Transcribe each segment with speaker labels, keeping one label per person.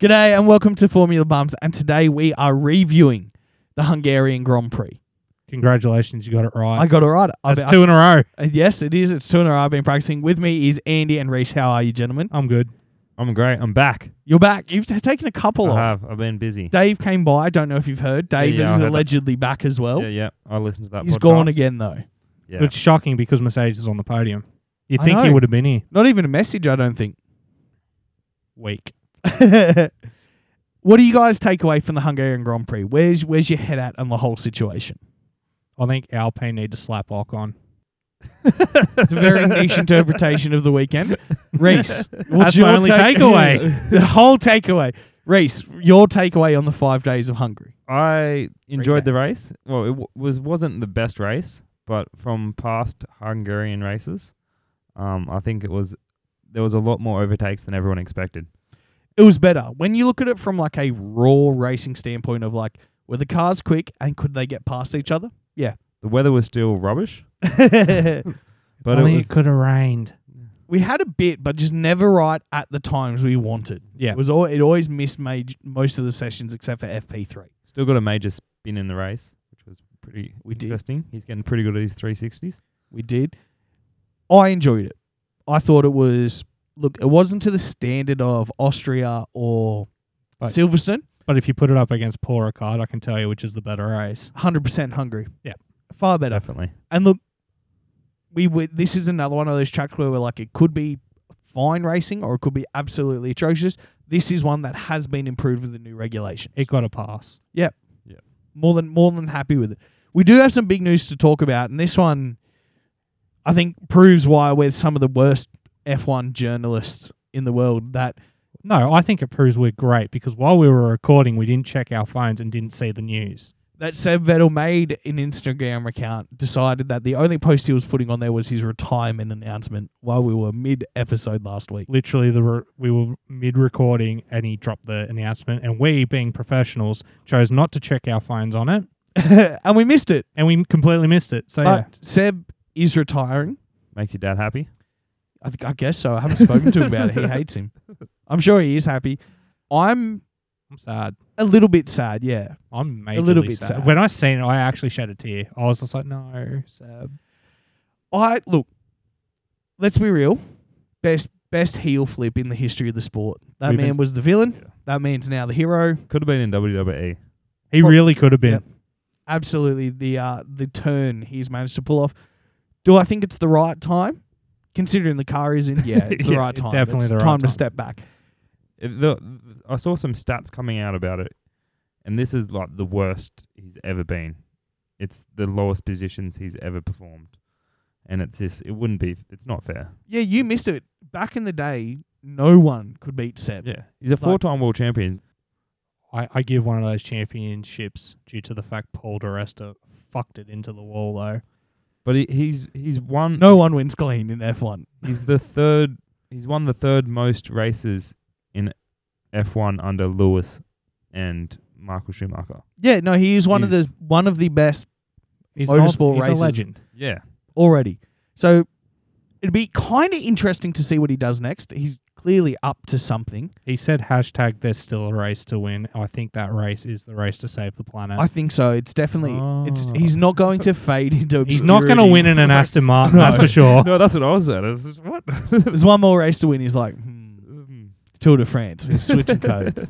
Speaker 1: G'day and welcome to Formula Bums. And today we are reviewing the Hungarian Grand Prix.
Speaker 2: Congratulations, you got it
Speaker 1: I
Speaker 2: right.
Speaker 1: got it right. I've
Speaker 2: That's
Speaker 1: been-
Speaker 2: two in a row.
Speaker 1: I- uh, yes, it is. It's two in a row. I've been practicing. With me is Andy and Reese. How are you, gentlemen?
Speaker 2: I'm good.
Speaker 3: I'm great. I'm back.
Speaker 1: You're back. You've t- taken a couple
Speaker 3: I
Speaker 1: off.
Speaker 3: have. I've been busy.
Speaker 1: Dave came by. I don't know if you've heard. Dave
Speaker 3: yeah, I
Speaker 1: is
Speaker 3: heard that.
Speaker 1: allegedly back as well.
Speaker 3: Yeah, yeah. I listened to that.
Speaker 1: He's
Speaker 3: podcast.
Speaker 1: gone again though.
Speaker 3: Yeah.
Speaker 2: It's shocking because Mercedes is on the podium. You'd
Speaker 1: I
Speaker 2: think he
Speaker 1: know.
Speaker 2: would have been here.
Speaker 1: Not even a message, I don't think.
Speaker 2: Weak.
Speaker 1: what do you guys take away from the Hungarian Grand Prix? Where's where's your head at on the whole situation?
Speaker 2: I think Alpine need to slap Ocon.
Speaker 1: It's a very niche interpretation of the weekend. Reese, what's
Speaker 2: That's
Speaker 1: your
Speaker 2: my only
Speaker 1: take-
Speaker 2: takeaway.
Speaker 1: the whole takeaway. Reese, your takeaway on the five days of Hungary.
Speaker 3: I enjoyed the
Speaker 2: Rematch.
Speaker 3: race. Well, it w- was wasn't the best race, but from past Hungarian races, um, I think it was there was a lot more overtakes than everyone expected.
Speaker 1: It was better when you look at it from like a raw racing standpoint of like were the cars quick and could they get past each other? Yeah,
Speaker 3: The weather was still rubbish, but
Speaker 2: Only
Speaker 3: it was
Speaker 2: could have rained.
Speaker 1: we had a bit, but just never right at the times we wanted.
Speaker 2: Yeah.
Speaker 1: It was all it always missed made most of the sessions except for FP three.
Speaker 3: still got a major spin in the race, which was pretty
Speaker 1: We did.
Speaker 3: interesting. He's getting pretty good at his 360s.
Speaker 1: We did. I enjoyed it. I thought it was look, it wasn't to the standard of Austria or
Speaker 2: Right.
Speaker 1: Silverstone.
Speaker 2: But if you put it up against Paul Ricard, I can tell you which is the better race.
Speaker 1: Hundred percent hungry.
Speaker 2: Yeah.
Speaker 1: Far better.
Speaker 3: Definitely.
Speaker 1: And look, we were, this is another one of those tracks where we're like, it could be fine racing or it could be absolutely atrocious. This is one that has been improved with the new regulations.
Speaker 2: It got a pass.
Speaker 1: more than more than happy with it. We do have some big news to talk about, and this one, I think, proves why we're some of the worst F1 journalists in the world. That
Speaker 2: No, I think it proves we're great because while we were recording, we didn't check our phones and didn't see the news.
Speaker 1: that Seb Vettel made an Instagram account, decided that the only post he was putting on there was his retirement announcement while we were mid episode last week.
Speaker 2: Literally, the re- we were mid-recording and he dropped the announcement, and we, being professionals, chose not to check our phones on it,
Speaker 1: and we missed it.
Speaker 2: and we completely missed it. So yeah.
Speaker 1: But Seb is retiring.
Speaker 3: Makes your dad happy.
Speaker 1: I, think I guess so. I haven't spoken to him about it. He hates him. I'm sure he is happy. I'm
Speaker 2: I'm sad.
Speaker 1: a little bit sad, yeah.
Speaker 2: I'm majorly
Speaker 1: A little bit
Speaker 2: sad.
Speaker 1: sad.
Speaker 2: When I seen it, I actually shed a tear. I was just like, no, Seb.
Speaker 1: I look. Let's be real. Best best heel flip in the history of the sport. That
Speaker 3: We've been
Speaker 1: man
Speaker 3: s-
Speaker 1: was the villain.
Speaker 3: Yeah.
Speaker 1: That man's now the hero.
Speaker 3: Could have been in E. WWE.
Speaker 2: He
Speaker 1: Well,
Speaker 2: really could have been.
Speaker 1: yep. Absolutely the uh, the turn he's managed to pull off. Do I think it's the right time? Considering the car is in, yeah, it's the
Speaker 2: Yeah,
Speaker 1: right time.
Speaker 2: definitely
Speaker 1: It's
Speaker 2: the right
Speaker 1: time to
Speaker 2: time.
Speaker 1: step back.
Speaker 3: It- the, I saw some stats coming out about it, and this is like the worst he's ever been. It's the lowest positions he's ever performed, and it's just it wouldn't be. It's not fair.
Speaker 1: Yeah, you missed it. Back in the day, no one could beat Seb.
Speaker 3: Yeah, he's a four-time world champion.
Speaker 2: I, I give one of those championships due to the fact Paul DeResta fucked it into the wall, though.
Speaker 3: But he, he's he's won.
Speaker 1: No one wins clean in F one.
Speaker 3: he's the third. He's won the third most races in F1 under Lewis and Michael Schumacher.
Speaker 1: Yeah, no, he is one of
Speaker 3: He's-
Speaker 1: the one of the best
Speaker 2: He's,
Speaker 1: Motorsport
Speaker 2: an, he's
Speaker 1: races.
Speaker 2: a legend.
Speaker 3: Yeah,
Speaker 1: already. So it'd be kind of interesting to see what he does next. He's clearly up to something.
Speaker 2: He said, hashtag, there's still a race to win. I think that race is the race to save the planet.
Speaker 1: I think so. It's definitely it's
Speaker 3: Oh.
Speaker 1: he's not going to fade into
Speaker 2: he's not going to
Speaker 1: obscurity.
Speaker 2: win in an Aston Martin,
Speaker 1: No.
Speaker 2: that's for sure.
Speaker 3: no, that's what I was at. I was just, what? Mm.
Speaker 1: There's one more race to win. He's like hmm, Tour de France. He's switching codes.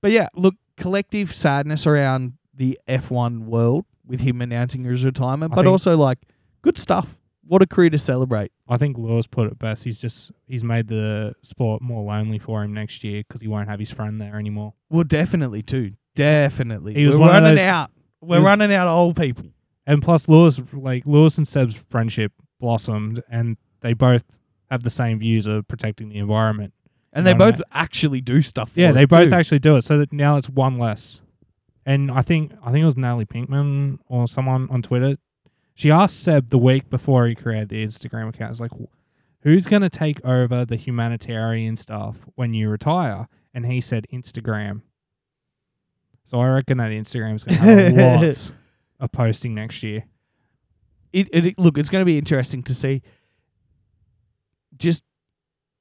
Speaker 1: But yeah, look, collective sadness around the F1 world with him announcing his retirement,
Speaker 2: I
Speaker 1: but
Speaker 2: think-
Speaker 1: also like good stuff. What a career to celebrate.
Speaker 2: I think Lewis put it best. He's just, he's made the sport more lonely for him next year because he won't have his friend there anymore.
Speaker 1: Well, definitely too. Definitely.
Speaker 2: He was
Speaker 1: We're
Speaker 2: one of
Speaker 1: running
Speaker 2: those-
Speaker 1: out. We're
Speaker 2: was-
Speaker 1: running out of old people.
Speaker 2: And plus, Lewis, like Lewis and Seb's friendship blossomed, and they both have the same views of protecting the environment.
Speaker 1: And they
Speaker 2: You know what I
Speaker 1: both actually do stuff. For
Speaker 2: Yeah,
Speaker 1: it
Speaker 2: they both
Speaker 1: too.
Speaker 2: actually do it, so that now it's one less. And I think I think it was Natalie Pinkman or someone on Twitter. She asked Seb the week before he created the Instagram account, "It's like, who's going to take over the humanitarian stuff when you retire?" And he said Instagram. So I reckon that Instagram's going to have lots of posting next year.
Speaker 1: It, it, it- look, it's going to be interesting to see. Just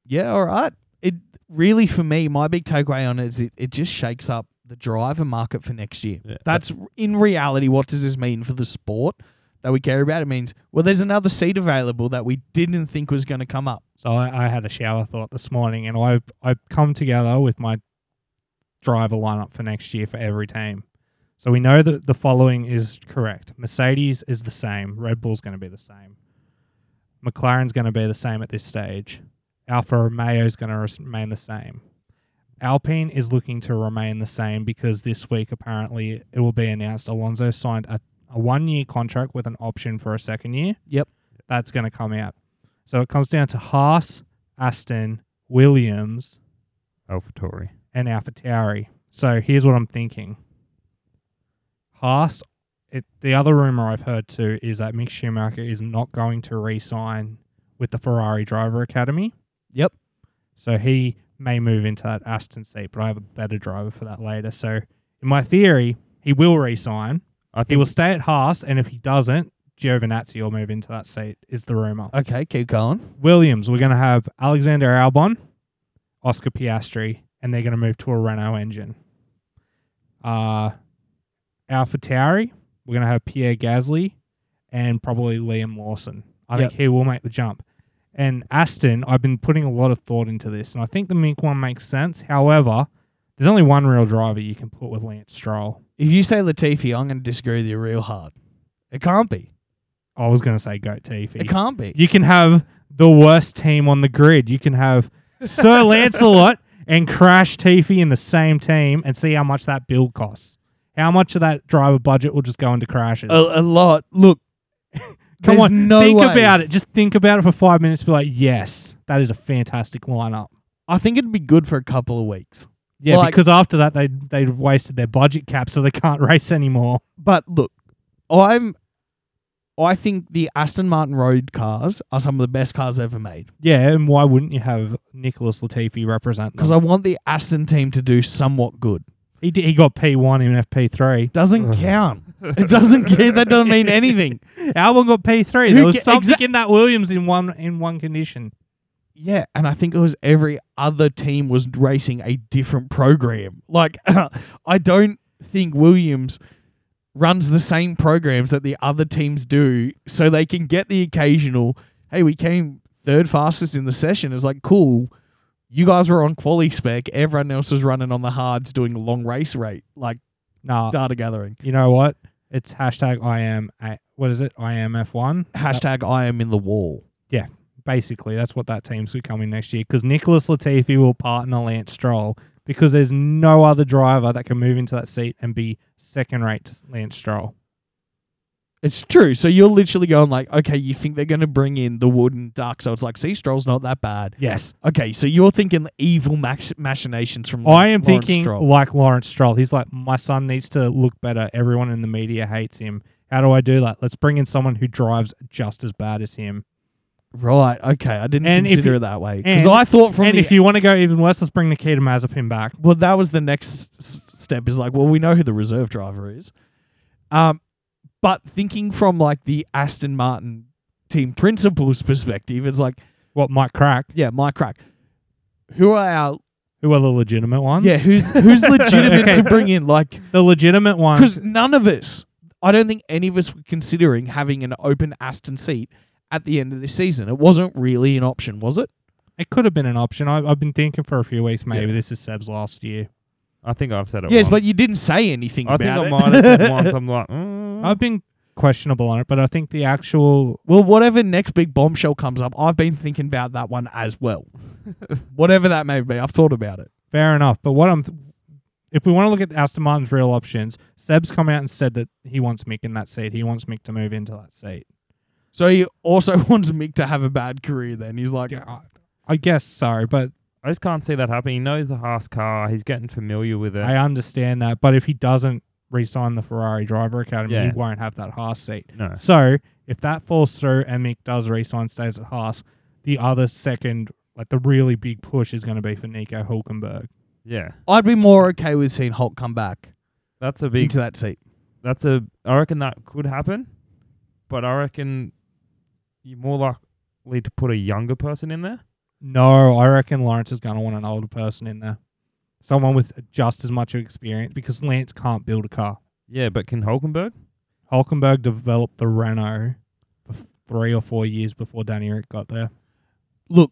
Speaker 1: yeah, all right. It really for me, my big takeaway on it is it, it just shakes up the driver market for next year.
Speaker 3: Yeah.
Speaker 1: That's in reality, what does this mean for the sport that we care about? It means, well, there's another seat available that we didn't think was going to come up.
Speaker 2: So I, I had a shower thought this morning, and I've I've come together with my driver lineup for next year for every team. So we know that the following is correct: Mercedes is the same, Red Bull's going to be the same, McLaren's going to be the same at this stage, Alfa Romeo's going to remain the same. Alpine is looking to remain the same because this week apparently it will be announced Alonso signed a, a one-year contract with an option for a second year.
Speaker 1: Yep.
Speaker 2: that's going to come out. So it comes down to Haas, Aston, Williams,
Speaker 3: AlphaTauri.
Speaker 2: and AlphaTauri. So here's what I'm thinking. Haas, it, the other rumor I've heard too is that Mick Schumacher is not going to re-sign with the Ferrari Driver Academy.
Speaker 1: Yep.
Speaker 2: So he may move into that Aston seat, but I have a better driver for that later. So in my theory, he will re-sign.
Speaker 3: I
Speaker 2: He
Speaker 3: think
Speaker 2: will stay at Haas, and if he doesn't, Giovinazzi will move into that seat. Is the rumor?
Speaker 1: Okay, keep going.
Speaker 2: Williams, we're going to have Alexander Albon, Oscar Piastri, and they're going to move to a Renault engine. Uh, AlphaTauri, we're going to have Pierre Gasly and probably Liam Lawson. I think he will make the jump. And Aston, I've been putting a lot of thought into this, and I think the Mink one makes sense. However, there's only one real driver you can put with Lance Stroll.
Speaker 1: If you say Latifi, I'm going to disagree with you real hard. It can't be.
Speaker 2: I was going to say Goat Teefy.
Speaker 1: It can't be.
Speaker 2: You can have the worst team on the grid. You can have Sir Lancelot and Crash Teefy in the same team and see how much that build costs. How much of that driver budget will just go into crashes?
Speaker 1: a, a lot. Look,
Speaker 2: Come
Speaker 1: there's
Speaker 2: on,
Speaker 1: Oh, no
Speaker 2: think
Speaker 1: way.
Speaker 2: about it. Just think about it for five minutes. Be like, yes, that is a fantastic lineup.
Speaker 1: I think it'd be good for a couple of weeks.
Speaker 2: Yeah,
Speaker 1: Like-
Speaker 2: because after that they they've wasted their budget cap, so they can't race anymore.
Speaker 1: But look, I'm. I think the Aston Martin road cars are some of the best cars ever made
Speaker 2: Yeah, and why wouldn't you have Nicholas Latifi represent?
Speaker 1: because
Speaker 2: Because
Speaker 1: I want the Aston team to do somewhat good.
Speaker 2: he did, he got P one in FP three.
Speaker 1: Doesn't count. It doesn't. ca- that doesn't mean anything.
Speaker 2: Albon got P three.
Speaker 1: Who
Speaker 2: There was
Speaker 1: ca-
Speaker 2: something
Speaker 1: exa-
Speaker 2: in that Williams in one in one condition.
Speaker 1: Yeah, and I think it was every other team was racing a different program. Like, I don't think Williams runs the same programs that the other teams do, so they can get the occasional. Hey, we came third fastest in the session. It's like cool. You guys were on quali spec. Everyone else was running on the hards, doing long race rate, like
Speaker 2: Nah,
Speaker 1: data gathering.
Speaker 2: you know what? It's hashtag I am a- what is it? I am F one.
Speaker 1: Hashtag I am in the wall.
Speaker 2: Basically, that's what that team's becoming next year because Nicholas Latifi will partner Lance Stroll because there's no other driver that can move into that seat and be second rate to Lance Stroll.
Speaker 1: It's true. So you're literally going like, okay, you think they're going to bring in the wooden duck? So it's like, see, Stroll's not that bad.
Speaker 2: Yes,
Speaker 1: Okay, so you're thinking evil mach- machinations from.
Speaker 2: I am
Speaker 1: Lawrence
Speaker 2: thinking
Speaker 1: Stroll.
Speaker 2: like Lawrence Stroll. He's like, my son needs to look better. Everyone in the media hates him. How do I do that? Let's bring in someone who drives just as bad as him.
Speaker 1: right? Okay, I didn't
Speaker 2: And if
Speaker 1: consider
Speaker 2: you-
Speaker 1: it that way because
Speaker 2: and-
Speaker 1: I thought from
Speaker 2: and
Speaker 1: the
Speaker 2: if you want to go even worse, let's bring Nikita Mazepin back.
Speaker 1: well, that was the next s- step. Is like, well, we know who the reserve driver is, um, but thinking from like the Aston Martin team principals perspective, it's like,
Speaker 2: What Mike Crack?
Speaker 1: yeah, my crack. Who are our
Speaker 2: Who are the legitimate ones?
Speaker 1: yeah? Who's who's legitimate
Speaker 2: Okay.
Speaker 1: to bring in? Like,
Speaker 2: the legitimate ones.
Speaker 1: because none of us, I don't think any of us were considering having an open Aston seat at the end of this season. It wasn't really an option, was it?
Speaker 2: It could have been an option. I, I've been thinking for a few weeks. Maybe this is Seb's last year.
Speaker 3: I think I've said it.
Speaker 1: yes,
Speaker 3: once.
Speaker 1: but you didn't say anything
Speaker 3: I
Speaker 1: about
Speaker 3: think I
Speaker 1: it.
Speaker 3: might have said once. I'm like, mm.
Speaker 2: I've been questionable on it, but I think the actual
Speaker 1: well, whatever next big bombshell comes up, I've been thinking about that one as well. whatever that may be, I've thought about it.
Speaker 2: fair enough. But what I'm, th- if we want to look at Aston Martin's real options, Seb's come out and said that he wants Mick in that seat. He wants Mick to move into that seat.
Speaker 1: So he also wants Mick to have a bad career. Then he's like,
Speaker 2: Yeah, I, I guess so, but
Speaker 3: I just can't see that happening. He knows the Haas car. He's getting familiar with it.
Speaker 2: I understand that. But if he doesn't re-sign the Ferrari Driver Academy, he
Speaker 3: Yeah.
Speaker 2: won't have that Haas seat.
Speaker 3: no.
Speaker 2: So if that falls through and Mick does resign, stays at Haas, the other second, like the really big push is going to be for Nico Hulkenberg.
Speaker 3: Yeah.
Speaker 1: I'd be more okay with seeing Hulk come back
Speaker 3: That's a big
Speaker 1: into that seat.
Speaker 3: that's a I reckon that could happen, but I reckon you're more likely to put a younger person in there
Speaker 2: No, I reckon Lawrence is going to want an older person in there, someone with just as much experience because Lance can't build a car.
Speaker 3: Yeah, but can Hulkenberg?
Speaker 2: Hulkenberg developed the Renault f- three or four years before Danny Rick got there.
Speaker 1: Look,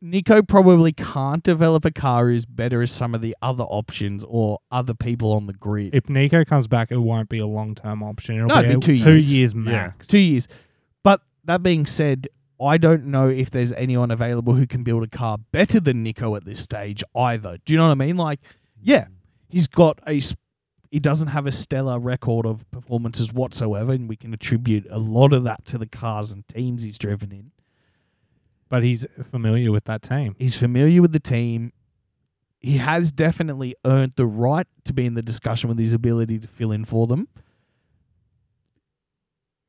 Speaker 1: Nico probably can't develop a car who's better as some of the other options or other people on the grid.
Speaker 2: If Nico comes back, it won't be a long term option. It'll
Speaker 1: No,
Speaker 2: be,
Speaker 1: it'd be two
Speaker 2: a- two
Speaker 1: years.
Speaker 2: max.
Speaker 1: Two years. But that being said, I don't know if there's anyone available who can build a car better than Nico at this stage either. Do you know what I mean? Like, Yeah. he's got a s- he doesn't have a stellar record of performances whatsoever and we can attribute a lot of that to the cars and teams he's driven in
Speaker 2: But he's familiar with that team.
Speaker 1: he's familiar with the team he has definitely earned the right to be in the discussion with his ability to fill in for them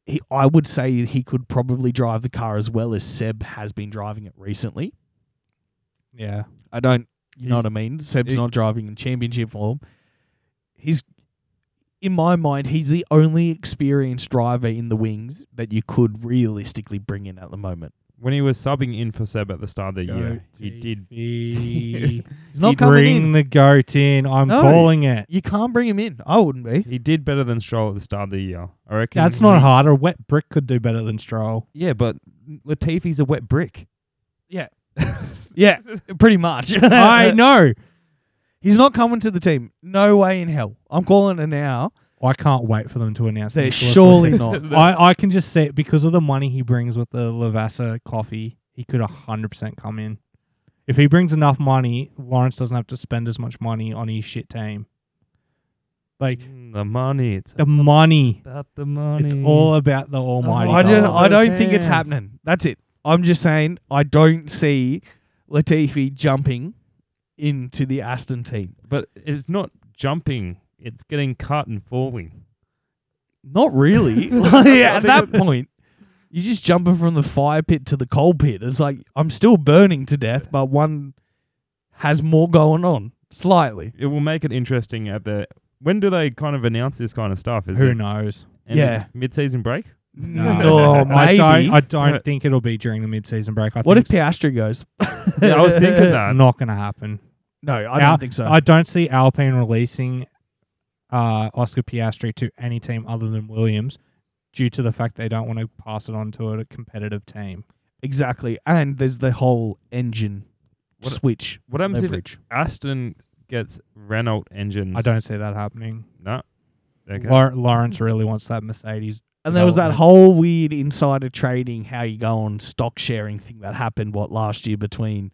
Speaker 1: he, I would say he could probably drive the car as well as Seb has been driving it recently.
Speaker 2: Yeah.
Speaker 1: I don't. You know
Speaker 3: He's-
Speaker 1: what I mean? Seb's
Speaker 3: he-
Speaker 1: not driving in championship form. He's, in my mind, he's the only experienced driver in the wings that you could realistically bring in at the moment.
Speaker 3: When he was subbing in for Seb at the start of the year, he did.
Speaker 2: He's
Speaker 1: He's not coming
Speaker 2: bring
Speaker 1: in.
Speaker 2: the goat in. I'm
Speaker 1: No.
Speaker 2: calling it.
Speaker 1: You can't bring him in. I wouldn't be.
Speaker 3: He did better than Stroll at the start of the year. I reckon.
Speaker 2: That's not hard. A wet brick could do better than Stroll.
Speaker 3: Yeah, but Latifi's a wet brick.
Speaker 1: Yeah, pretty much.
Speaker 2: I know.
Speaker 1: He's not coming to the team. No way in hell. I'm calling it now.
Speaker 2: I can't wait for them to announce.
Speaker 1: They're
Speaker 2: Nicholas
Speaker 1: surely
Speaker 2: Latifi.
Speaker 1: not.
Speaker 2: I, I can just say it because of the money he brings with the Lavassa coffee, he could 100% come in. If he brings enough money, Lawrence doesn't have to spend as much money on his shit team. Like,
Speaker 3: Mm, The money. It's
Speaker 2: the money.
Speaker 3: about the money.
Speaker 2: It's all about the almighty.
Speaker 1: I just,
Speaker 2: dollar.
Speaker 1: I don't think it's
Speaker 3: Fans.
Speaker 1: happening. That's it. I'm just saying I don't see Latifi jumping into the Aston team.
Speaker 3: But it's not jumping. It's getting cut and falling.
Speaker 1: Not really. Like, at that point, you're just jumping from the fire pit to the coal pit. It's like I'm still burning to death, but one has more going on slightly.
Speaker 3: It will make it interesting at the. When do they kind of announce this kind of stuff? Is
Speaker 2: Who
Speaker 3: it
Speaker 2: knows?
Speaker 3: end of
Speaker 1: Yeah.
Speaker 3: mid-season break?
Speaker 2: No.
Speaker 1: No,
Speaker 2: I
Speaker 1: maybe.
Speaker 2: don't, I don't think it'll be during the mid-season break. I
Speaker 1: what if
Speaker 2: think it's-
Speaker 1: Piastri goes?
Speaker 3: Yeah, I was thinking that.
Speaker 2: It's not going to happen.
Speaker 1: No, I
Speaker 2: Yeah,
Speaker 1: don't think so.
Speaker 2: I don't see Alpine releasing uh, Oscar Piastri to any team other than Williams due to the fact they don't want to pass it on to a competitive team.
Speaker 1: exactly. And there's the whole engine
Speaker 3: What-
Speaker 1: switch
Speaker 3: What happens if
Speaker 1: leverage.
Speaker 3: Aston gets Renault engines?
Speaker 2: I don't see that happening.
Speaker 3: No. Okay.
Speaker 2: Lau- Lawrence really wants that Mercedes.
Speaker 1: And there was that
Speaker 2: development.
Speaker 1: whole weird insider trading, how you go on stock sharing thing that happened what last year between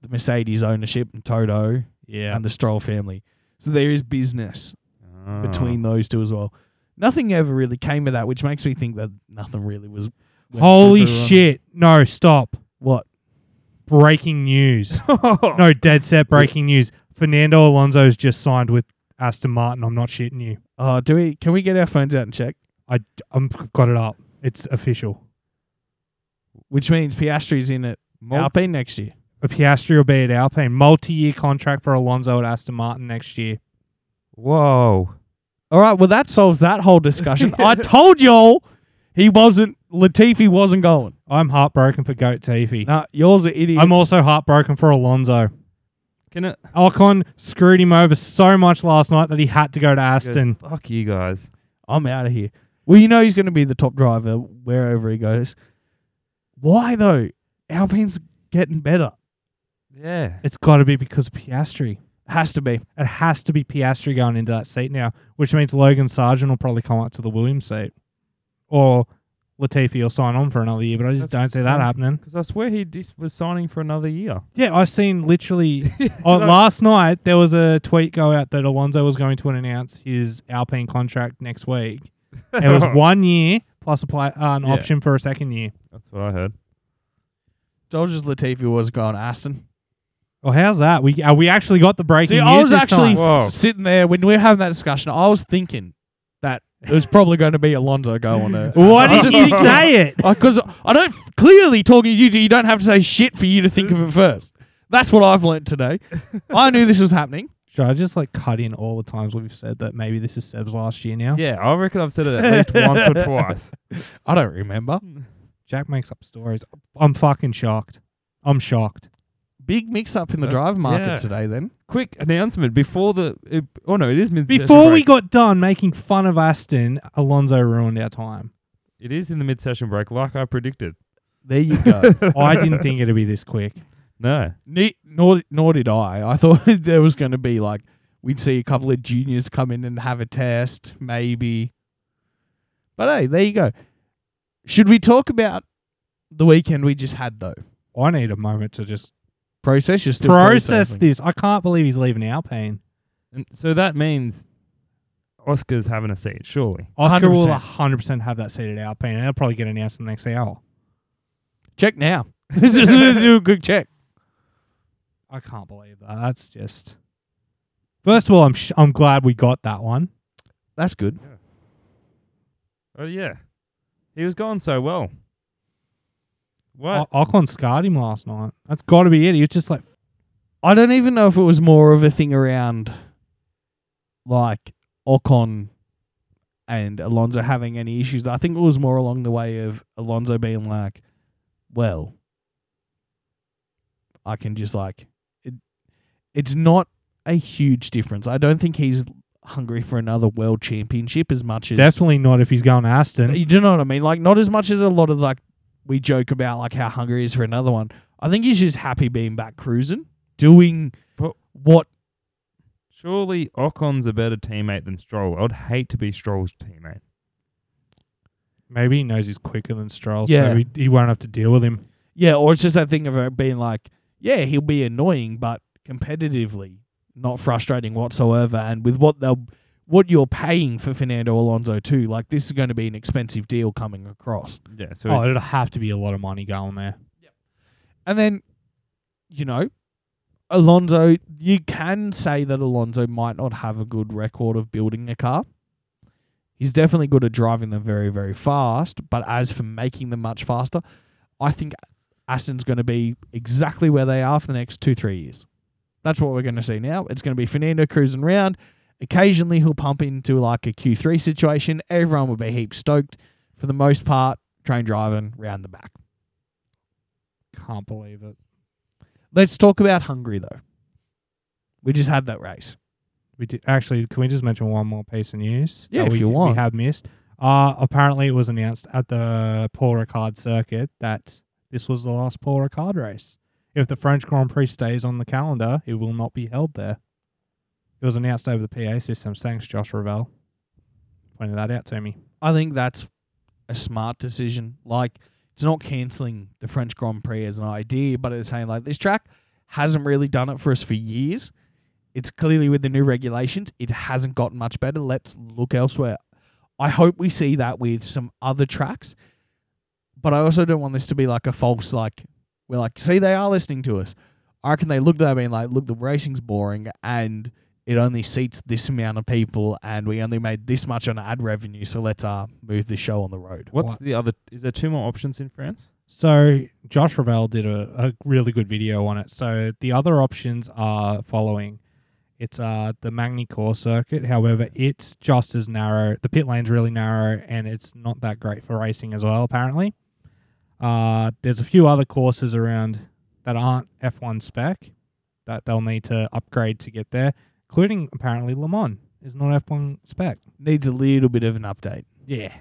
Speaker 1: the Mercedes ownership and Toto
Speaker 2: Yeah.
Speaker 1: and the Stroll family. So there is business
Speaker 3: Ah.
Speaker 1: between those two as well. Nothing ever really came of that, which makes me think that nothing really was. went
Speaker 2: Holy
Speaker 1: super wrong.
Speaker 2: shit. No, stop.
Speaker 1: What?
Speaker 2: Breaking news. no, dead set breaking news. Fernando Alonso's just signed with Aston Martin. I'm not shitting you.
Speaker 1: Uh, do we? Can we get our phones out and check?
Speaker 2: I, I'm got it up. It's official.
Speaker 1: Which means Piastri's in it.
Speaker 3: Mul-
Speaker 1: Alpine next year.
Speaker 2: But Piastri will be at Alpine. Multi-year contract for Alonso at Aston Martin next year.
Speaker 3: Whoa.
Speaker 1: All right. Well, that solves that whole discussion. I told y'all he wasn't. Latifi wasn't going.
Speaker 2: I'm heartbroken for Goat Teefy.
Speaker 1: Nah, yours are idiots.
Speaker 2: I'm also heartbroken for Alonso.
Speaker 3: Can it?
Speaker 2: Alcon screwed him over so much last night that he had to go to Aston.
Speaker 3: Goes, Fuck you guys.
Speaker 1: I'm out of here. Well, you know he's going to be the top driver wherever he goes. Why though? Alpine's getting better.
Speaker 3: Yeah.
Speaker 2: It's got to be because of Piastri.
Speaker 1: Has to be.
Speaker 2: It has to be Piastri going into that seat now, which means Logan Sargent will probably come up to the Williams seat. Or Latifi will sign on for another year, but I just
Speaker 3: That's-
Speaker 2: don't see that
Speaker 3: that's-
Speaker 2: happening.
Speaker 3: Because I swear he dis- was signing for another year.
Speaker 2: Yeah, I've seen literally on
Speaker 3: Like-
Speaker 2: Oh, last night there was a tweet go out that Alonso was going to announce his Alpine contract next week. It was one year plus a play, uh, an
Speaker 3: Yeah.
Speaker 2: option for a second year.
Speaker 3: That's what I heard.
Speaker 1: Dodgers Latifi was going Aston.
Speaker 2: Well, how's that? We uh, we actually got the breaking
Speaker 1: See,
Speaker 2: news.
Speaker 1: I was
Speaker 2: this
Speaker 1: actually
Speaker 2: time.
Speaker 3: Whoa.
Speaker 1: sitting there when we were having that discussion. I was thinking that it was probably going to be Alonso going to.
Speaker 2: Why
Speaker 1: I was
Speaker 2: did
Speaker 1: just
Speaker 2: you say it?
Speaker 1: Because Uh, I don't clearly talking to you, two, you don't have to say shit for you to think of it first. That's what I've learnt today. I knew this was happening.
Speaker 2: Should I just like cut in all the times we've said that maybe this is Seb's last year now?
Speaker 3: Yeah, I reckon I've said it at least once or twice.
Speaker 1: I don't remember.
Speaker 2: Jack makes up stories. I'm fucking shocked. I'm shocked.
Speaker 1: Big mix up in the
Speaker 3: That's-
Speaker 1: drive market
Speaker 3: yeah.
Speaker 1: today then.
Speaker 3: Quick announcement before the. It, oh no, it is mid.
Speaker 2: Before we got done making fun of Aston, Alonso ruined our time.
Speaker 3: it is in the mid-session break, like I predicted.
Speaker 1: There you go.
Speaker 2: I didn't think it'd be this quick.
Speaker 3: No,
Speaker 1: Ne- nor, nor did I. I thought there was going to be like, we'd see a couple of juniors come in and have a test, maybe. But hey, there you go. Should we talk about the weekend we just had, though?
Speaker 2: I need a moment to just
Speaker 1: Process, you're still
Speaker 2: process
Speaker 1: processing.
Speaker 2: this. I can't believe he's leaving Alpine.
Speaker 3: and so that means Oscar's having a seat, surely.
Speaker 2: Oscar will
Speaker 1: 100%.
Speaker 2: 100% have that seat at Alpine, and it'll probably get announced in the next hour.
Speaker 1: Check now. just do a quick check.
Speaker 2: I can't believe that. That's just. First of all, I'm sh- I'm glad we got that one.
Speaker 1: That's good.
Speaker 3: Oh yeah, he was going so well. What?
Speaker 2: O- Ocon scarred him last night. That's got to be it. He was just like,
Speaker 1: I don't even know if it was more of a thing around like Ocon and Alonso having any issues. I think it was more along the way of Alonso being like, well, I can just like it, it's not a huge difference. I don't think he's hungry for another world championship as much as
Speaker 2: definitely not if he's going to Aston.
Speaker 1: you do know what I mean? Like not as much as a lot of like we joke about like how hungry he is for another one. I think he's just happy being back cruising, doing
Speaker 3: But-
Speaker 1: what
Speaker 3: Surely Ocon's a better teammate than Stroll. I'd hate to be Stroll's teammate.
Speaker 2: Maybe he knows he's quicker than Stroll,
Speaker 1: Yeah.
Speaker 2: so he, he won't have to deal with him.
Speaker 1: yeah, or it's just that thing of it being like, yeah, he'll be annoying, but competitively, not frustrating whatsoever. And with what they'll what you're paying for Fernando Alonso too, like this is going to be an expensive deal coming across.
Speaker 3: Yeah, so
Speaker 2: Oh,
Speaker 3: he's-
Speaker 2: it'll have to be a lot of money going there.
Speaker 1: And then, you know, Alonso, you can say that Alonso might not have a good record of building a car. He's definitely good at driving them very, very fast. But as for making them much faster, I think Aston's going to be exactly where they are for the next two, three years. That's what we're going to see now. It's going to be Fernando cruising around. Occasionally, he'll pump into like a Q3 situation. Everyone will be heap stoked. For the most part, train driving round the back.
Speaker 2: Can't believe it.
Speaker 1: Let's talk about Hungary though. We just had that race.
Speaker 2: We did, actually, can we just mention one more piece of news?
Speaker 1: Yeah,
Speaker 2: that
Speaker 1: if
Speaker 2: we
Speaker 1: you
Speaker 2: did-
Speaker 1: want.
Speaker 2: We have missed. Uh, apparently, it was announced at the Paul Ricard circuit that this was the last Paul Ricard race. If the French Grand Prix stays on the calendar, it will not be held there. It was announced over the PA systems. Thanks, Josh Ravel. Pointed that out to me.
Speaker 1: I think that's a smart decision. Like it's not cancelling the French Grand Prix as an idea, but it's saying like this track hasn't really done it for us for years. It's clearly with the new regulations, it hasn't gotten much better. Let's look elsewhere. I hope we see that with some other tracks. But I also don't want this to be like a false like we're like, see they are listening to us. I reckon they looked at me and like, look, the racing's boring and it only seats this amount of people and we only made this much on ad revenue, so let's uh move the show on the road.
Speaker 3: what's
Speaker 2: what-
Speaker 3: the other? Is there two more options in France?
Speaker 2: So Josh Ravel did a, a really good video on it. So the other options are following. It's uh, the Magny Core circuit. However, it's just as narrow. The pit lane's really narrow, and it's not that great for racing as well. Apparently, uh, there's a few other courses around that aren't F1 spec that they'll need to upgrade to get there, including apparently Le Mans is not F1 spec.
Speaker 1: Needs a little bit of an update.
Speaker 2: Yeah.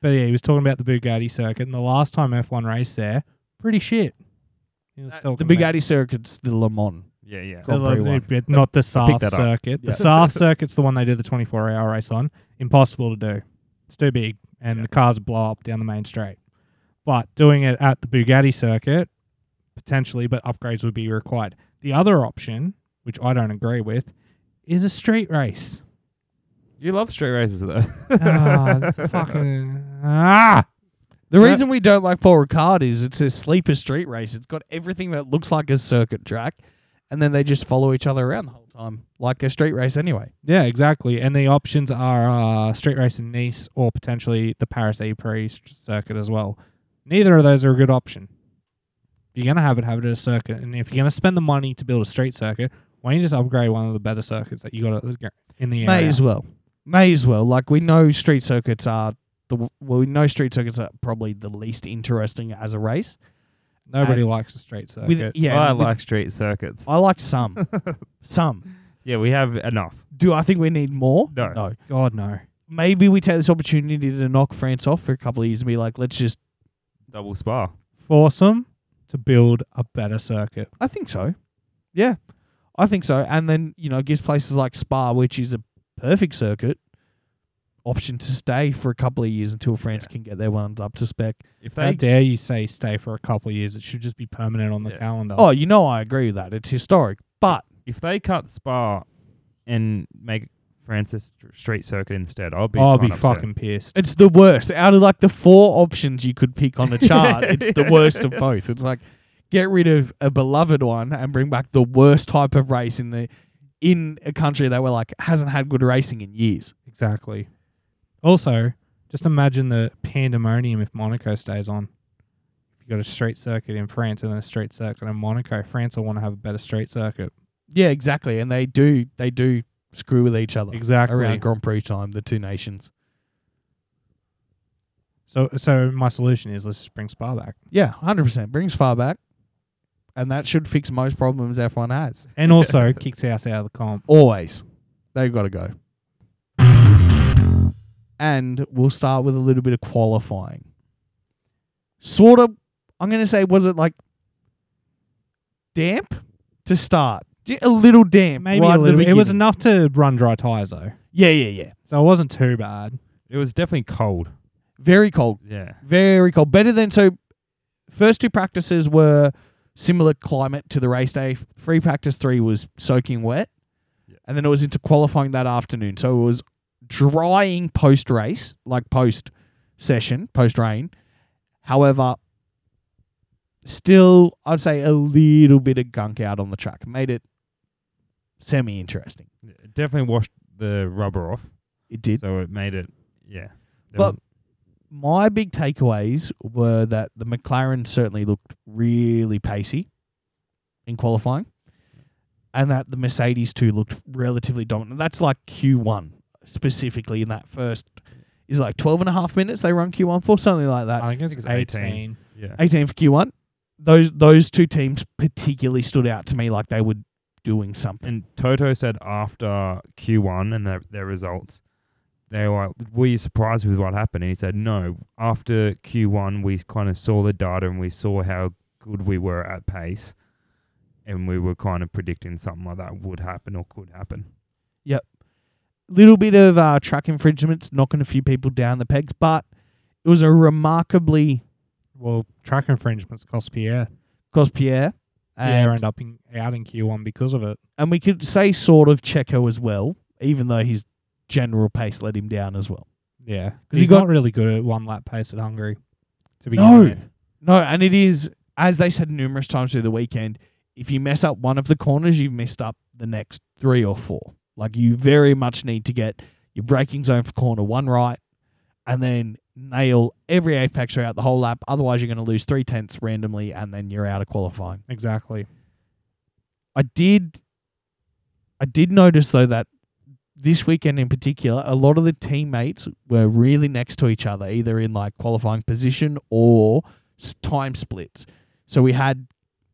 Speaker 2: But yeah, he was talking about the Bugatti circuit, and the last time F1 raced there, pretty shit. He was
Speaker 1: Uh, the
Speaker 2: talking about-
Speaker 1: Bugatti circuit's the Le Mans.
Speaker 3: Yeah, yeah.
Speaker 1: Grand Prix
Speaker 2: The-
Speaker 1: one.
Speaker 2: the- but not the South
Speaker 3: that up.
Speaker 2: circuit. The
Speaker 1: Yeah.
Speaker 2: South circuit's the one they did the 24 hour race on. Impossible to do. It's too big, and
Speaker 3: Yeah.
Speaker 2: the cars blow up down the main straight. But doing it at the Bugatti circuit, potentially, but upgrades would be required. The other option, which I don't agree with, is a street race.
Speaker 3: You love straight races though.
Speaker 2: Ah, it's the fucking. Ah!
Speaker 1: The
Speaker 2: Yeah.
Speaker 1: reason we don't like Paul Ricard is it's a sleeper street race. It's got everything that looks like a circuit track, and then they just follow each other around the whole time, like a street race anyway.
Speaker 2: Yeah, exactly. And the options are uh, street race in Nice or potentially the Paris Prix circuit as well. Neither of those are a good option. If you're going to have it, have it at a circuit. And if you're going to spend the money to build a street circuit, why don't you just upgrade one of the better circuits that you got at the gar- in the
Speaker 1: May
Speaker 2: area?
Speaker 1: as well. May as well. Like we know street circuits are the well, we know street circuits are probably the least interesting as a race,
Speaker 2: Nobody likes the straight circuit.
Speaker 1: With yeah,
Speaker 3: I
Speaker 1: with-
Speaker 3: like street circuits.
Speaker 1: I like some, some.
Speaker 3: Yeah, we have enough.
Speaker 1: Do I think we need more?
Speaker 3: No.
Speaker 1: no.
Speaker 2: God no.
Speaker 1: Maybe we take this opportunity to knock France off for a couple of years and be like, let's just.
Speaker 3: Double spa.
Speaker 2: Force them to build a better circuit.
Speaker 1: I think so. Yeah, I think so. And then you know, it gives places like Spa, which is a perfect circuit, option to stay for a couple of years until France can get their ones up to spec.
Speaker 3: If
Speaker 2: How
Speaker 3: they
Speaker 2: dare you say stay for a couple of years? It should just be permanent on the
Speaker 3: Yeah.
Speaker 2: calendar.
Speaker 1: Oh, you know, I agree with that. It's historic, but
Speaker 3: if they cut Spa and make Francis tr- Street Circuit instead, I'll be.
Speaker 2: Oh, I'll
Speaker 3: kind
Speaker 2: be
Speaker 3: of upset.
Speaker 2: fucking pissed.
Speaker 1: It's the worst. Out of like the four options you could pick on a chart, it's the worst of both. It's like get rid of a beloved one and bring back the worst type of race in the in a country that we're like hasn't had good racing in years.
Speaker 2: Exactly. Also, just imagine the pandemonium if Monaco stays on. If you got a straight circuit in France and then a straight circuit in Monaco, France will want to have a better straight circuit.
Speaker 1: Yeah, exactly. And they do they do screw with each other
Speaker 2: Exactly.
Speaker 1: around Grand Prix time, the two nations.
Speaker 2: So, so my solution is let's just bring Spa back,
Speaker 1: Yeah, hundred percent. Brings far back. And that should fix most problems F one has.
Speaker 2: and also kicks house out of the comp.
Speaker 1: Always. They've got to go. And we'll start with a little bit of qualifying. Sort of, I'm going to say, was it like damp to start? J- A little damp.
Speaker 2: Maybe
Speaker 1: right at the
Speaker 2: a little. It was
Speaker 1: beginning.
Speaker 2: enough to run dry tires though,
Speaker 1: Yeah, yeah, yeah.
Speaker 2: so it wasn't too bad.
Speaker 3: It was definitely cold.
Speaker 1: Very cold.
Speaker 3: Yeah.
Speaker 1: Very cold. Better than so. First two practices were similar climate to the race day. Free practice three was soaking wet,
Speaker 3: Yeah.
Speaker 1: and then it was into qualifying that afternoon. So it was drying post race, like post session, post rain. However, still, I'd say a little bit of gunk out on the track made it semi interesting.
Speaker 3: It definitely washed the rubber off.
Speaker 1: It did.
Speaker 3: So it made it. Yeah. There
Speaker 1: But-
Speaker 3: was-
Speaker 1: my big takeaways were that the McLaren certainly looked really pacey in qualifying, and that the Mercedes too looked relatively dominant. That's like Q1 specifically in that first is it like 12 and a half minutes they run Q1 for something like that.
Speaker 2: I think it's
Speaker 3: it's
Speaker 2: eighteen.
Speaker 3: 18. yeah.
Speaker 1: 18 for Q1. Those those two teams particularly stood out to me like they were doing something.
Speaker 3: And Toto said after Q1 and their, their results, they were like, Were you surprised with what happened? And he said, No. After Q1, we kind of saw the data and we saw how good we were at pace. And we were kind of predicting something like that would happen or could happen.
Speaker 1: little bit of uh, track infringements knocking a few people down the pegs, but it was a remarkably
Speaker 2: Well, track infringements cost Pierre.
Speaker 1: cause Pierre and
Speaker 2: Pierre ended up in, out in Q1 because of it.
Speaker 1: And we could say sort of Checo as well, even though his general pace let him down as well.
Speaker 2: Yeah,
Speaker 1: 'Cause
Speaker 2: because
Speaker 1: he
Speaker 2: he's
Speaker 1: got-
Speaker 2: not really good at one lap pace at Hungary. To begin
Speaker 1: No.
Speaker 2: with.
Speaker 1: No, and it is, as they said numerous times through the weekend, if you mess up one of the corners, you've messed up the next three or four. Like you very much need to get your braking zone for corner one right and then nail every apex throughout the whole lap. Otherwise, you're going to lose three tenths randomly and then you're out of qualifying.
Speaker 2: exactly.
Speaker 1: I did I did notice though that this weekend in particular, a lot of the teammates were really next to each other, either in like qualifying position or s- time splits. So we had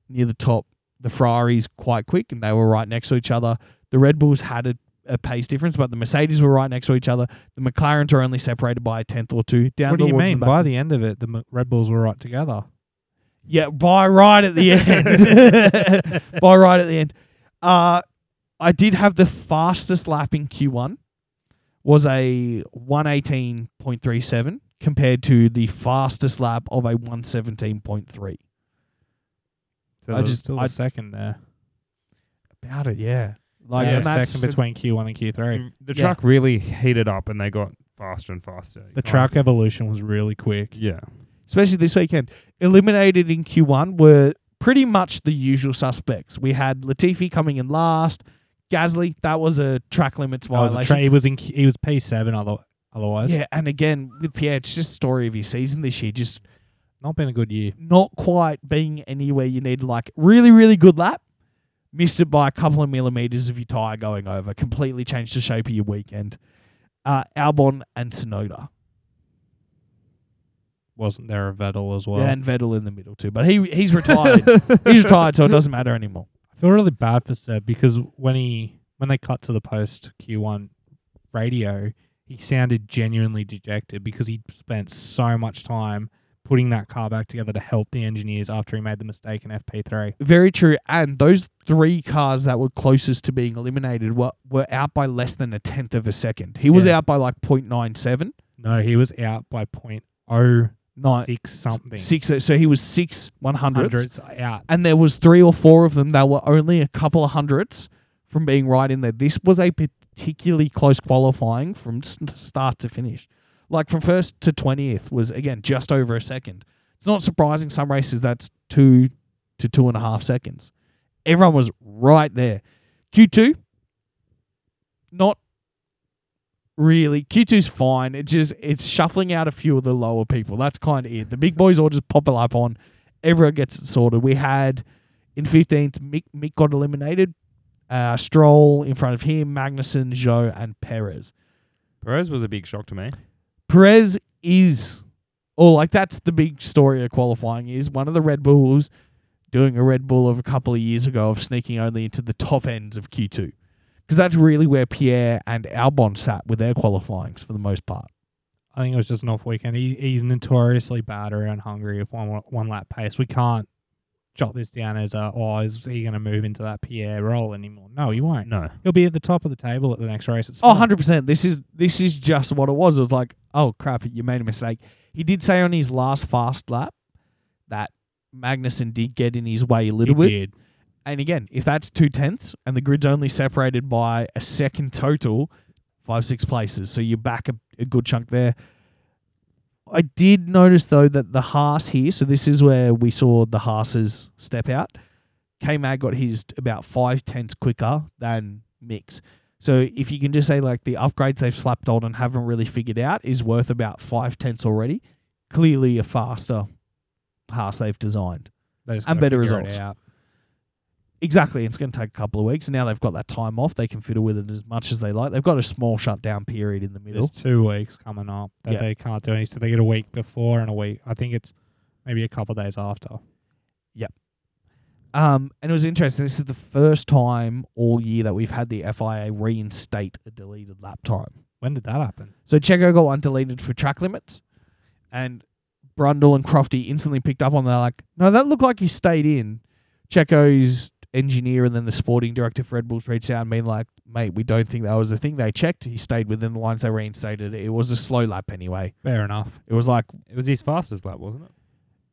Speaker 1: near the top the Ferraris quite quick, and they were right next to each other. The Red Bulls had a, a pace difference, but the Mercedes were right next to each other. The McLarens were only separated by a tenth or two. Down
Speaker 2: what do you
Speaker 1: towards
Speaker 2: mean?
Speaker 1: The
Speaker 2: By
Speaker 1: back.
Speaker 2: the end of it, the M- Red Bulls were right together.
Speaker 1: Yeah, by right at the end. by right at the end. Uh, I did have the fastest lap in Q1 was a 118.37 compared to the fastest lap of a 117.3.
Speaker 2: So
Speaker 1: I
Speaker 2: I
Speaker 1: just-
Speaker 2: just still
Speaker 1: I-
Speaker 2: a second there.
Speaker 1: About it, yeah. Like
Speaker 2: Like
Speaker 3: Yeah,
Speaker 1: and
Speaker 2: a
Speaker 1: that's
Speaker 2: second between Q1 and Q3.
Speaker 3: Mm, The
Speaker 1: Yeah.
Speaker 3: truck really heated up and they got faster and faster.
Speaker 2: The
Speaker 3: Kind
Speaker 2: track
Speaker 3: of-
Speaker 2: evolution was really quick.
Speaker 3: Yeah.
Speaker 1: especially this weekend, eliminated in Q1 were pretty much the usual suspects. We had Latifi coming in last, Gasly, that was a track limits
Speaker 2: That was
Speaker 1: violation.
Speaker 2: a tra- he was in. Q- He was P seven. Other, otherwise,
Speaker 1: Yeah, and again with Pierre, it's just story of his season this year, just
Speaker 2: not been a good year.
Speaker 1: not quite being anywhere you need. Like really, really good lap, missed it by a couple of millimeters of your tire going over, completely changed the shape of your weekend. Uh, Albon and Sonoda.
Speaker 2: wasn't there a Vettel as well?
Speaker 1: yeah, and Vettel in the middle too. But he he's retired. he's retired, so it doesn't matter anymore.
Speaker 2: I feel really bad for Seb because when he when they cut to the post Q1 radio, he sounded genuinely dejected because he spent so much time putting that car back together to help the engineers after he made the mistake in FP3.
Speaker 1: Very true. And those three cars that were closest to being eliminated were, were out by less than a tenth of a second. He was
Speaker 2: Yeah.
Speaker 1: out by like 0.97.
Speaker 2: No, he was out by point oh
Speaker 1: Nine,
Speaker 2: six something
Speaker 1: six, so he was six one hundredths.
Speaker 2: hundredths out.
Speaker 1: and there was three or four of them that were only a couple of hundredths from being right in there. This was a particularly close qualifying from s- start to finish. Like from first to 20th was, again, just over a second. It's not surprising some races that's two to two and a half seconds. Everyone was right there. Q2, not really. Q2's fine. It just, it's shuffling out a few of the lower people. That's kind of it. The big boys all just pop up on everyone gets it sorted. We had in 15th, Mick, Mick got eliminated. Uh, Stroll in front of him, Magnussen, Joe, and Perez.
Speaker 3: Perez was a big shock to me.
Speaker 1: Perez is, or like that's the big story of qualifying is one of the Red Bulls doing a Red Bull of a couple of years ago of sneaking only into the top ends of Q2. Because that's really where Pierre and Albon sat with their qualifyings for the most part.
Speaker 2: I think it was just an off weekend. He, he's notoriously bad around Hungary with one one lap pace. We can't jot this down as a oh is he going to move into that Pierre role anymore? No, he won't.
Speaker 3: No.
Speaker 2: He'll be at the top of the table at the next race. It's
Speaker 1: Oh, 100%. This is this is just what it was. It was like, oh crap, you made a mistake. He did say on his last fast lap that Magnussen did get in his way a little bit.
Speaker 2: Did.
Speaker 1: And again, if that's two tenths and the grid's only separated by a second total, five, six places. So you're back a, a good chunk there. I did notice though that the Haas here, so this is where we saw the Haas's step out. K Mag got his about five tenths quicker than Mix. So if you can just say like the upgrades they've slapped on and haven't really figured out is worth about five tenths already, clearly a faster Haas they've designed.
Speaker 2: They just
Speaker 1: And
Speaker 2: gotta
Speaker 1: better
Speaker 2: figure it
Speaker 1: results.
Speaker 2: out.
Speaker 1: Exactly. It's going to take a couple of weeks. And now they've got that time off. They can fiddle with it as much as they like. They've got a small shutdown period in the middle.
Speaker 2: There's two weeks coming up that
Speaker 1: Yeah.
Speaker 2: they can't do any. So they get a week before and a week. I think it's maybe a couple of days after.
Speaker 1: Um, and it was interesting. This is the first time all year that we've had the FIA reinstate a deleted lap time.
Speaker 2: When did that happen?
Speaker 1: So Checo got one deleted for track limits. And Brundle and Crofty instantly picked up on that. Like, no, that looked like he stayed in. Checo's engineer and then the sporting director for Red Bulls reached out and been like, mate, we don't think that was the thing they checked. He stayed within the lines they reinstated. It was a slow lap anyway.
Speaker 2: Fair enough.
Speaker 1: It was like
Speaker 3: It was his fastest lap, wasn't it?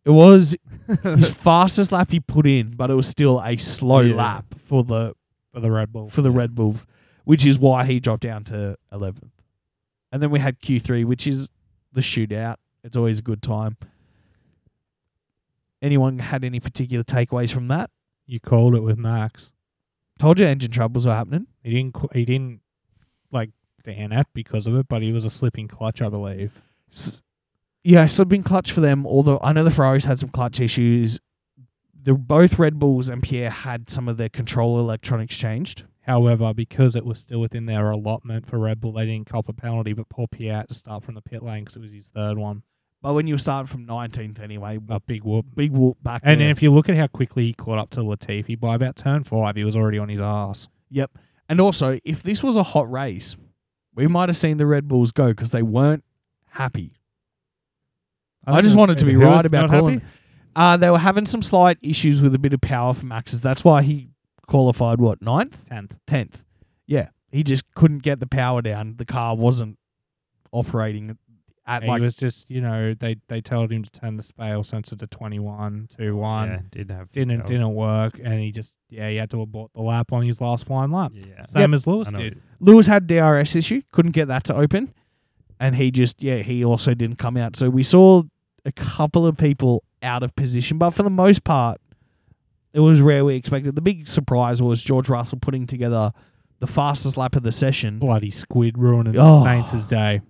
Speaker 1: it was his fastest lap he put in, but it was still a slow
Speaker 3: Yeah.
Speaker 1: lap for the
Speaker 2: For the Red Bull.
Speaker 1: for the Red Bulls, which is why he dropped down to eleventh. And then we had Q three, which is the shootout. It's always a good time. Anyone had any particular takeaways from that?
Speaker 2: You called it with Max.
Speaker 1: Told you engine troubles were happening.
Speaker 2: He didn't. qu- He didn't like DNF because of it, but he was a slipping clutch, I believe.
Speaker 1: S- yeah, slipping clutch for them. Although I know the Ferraris had some clutch issues. The both Red Bulls and Pierre had some of their control electronics changed.
Speaker 2: However, because it was still within their allotment for Red Bull, they didn't cop a penalty, but Paul Pierre had to start from the pit lane because it was his third one.
Speaker 1: But when you were starting from 19th anyway,
Speaker 2: A big whoop.
Speaker 1: big walk back.
Speaker 2: And
Speaker 1: there.
Speaker 2: then if you look at how quickly he caught up to Latifi by about turn five, he was already on his ass.
Speaker 1: yep. And also, if this was a hot race, we might have seen the Red Bulls go because they weren't happy. I just wanted to be
Speaker 3: Who
Speaker 1: right
Speaker 3: was
Speaker 1: about
Speaker 3: not
Speaker 1: calling.
Speaker 3: happy?
Speaker 1: Uh, they were having some slight issues with a bit of power for Max's. That's why he qualified, what, ninth?
Speaker 2: Tenth.
Speaker 1: Tenth. Yeah. He just couldn't get the power down. The car wasn't operating at
Speaker 2: he
Speaker 1: like.
Speaker 2: was just, you know, they they told him to turn the spale sensor to 21, 2 1.
Speaker 3: Yeah, did have
Speaker 2: Didn't
Speaker 3: that was-
Speaker 2: didn't work, and he just yeah he had to abort the lap on his last flying lap,
Speaker 3: Yeah.
Speaker 2: same as Lewis
Speaker 3: I know.
Speaker 2: did.
Speaker 1: Lewis had DRS issue, couldn't get that to open, and he just yeah he also didn't come out. So we saw a couple of people out of position, but for the most part, it was rare we expected. The big surprise was George Russell putting together the fastest lap of the session.
Speaker 2: Bloody squid ruining
Speaker 1: Oh.
Speaker 2: Saints' day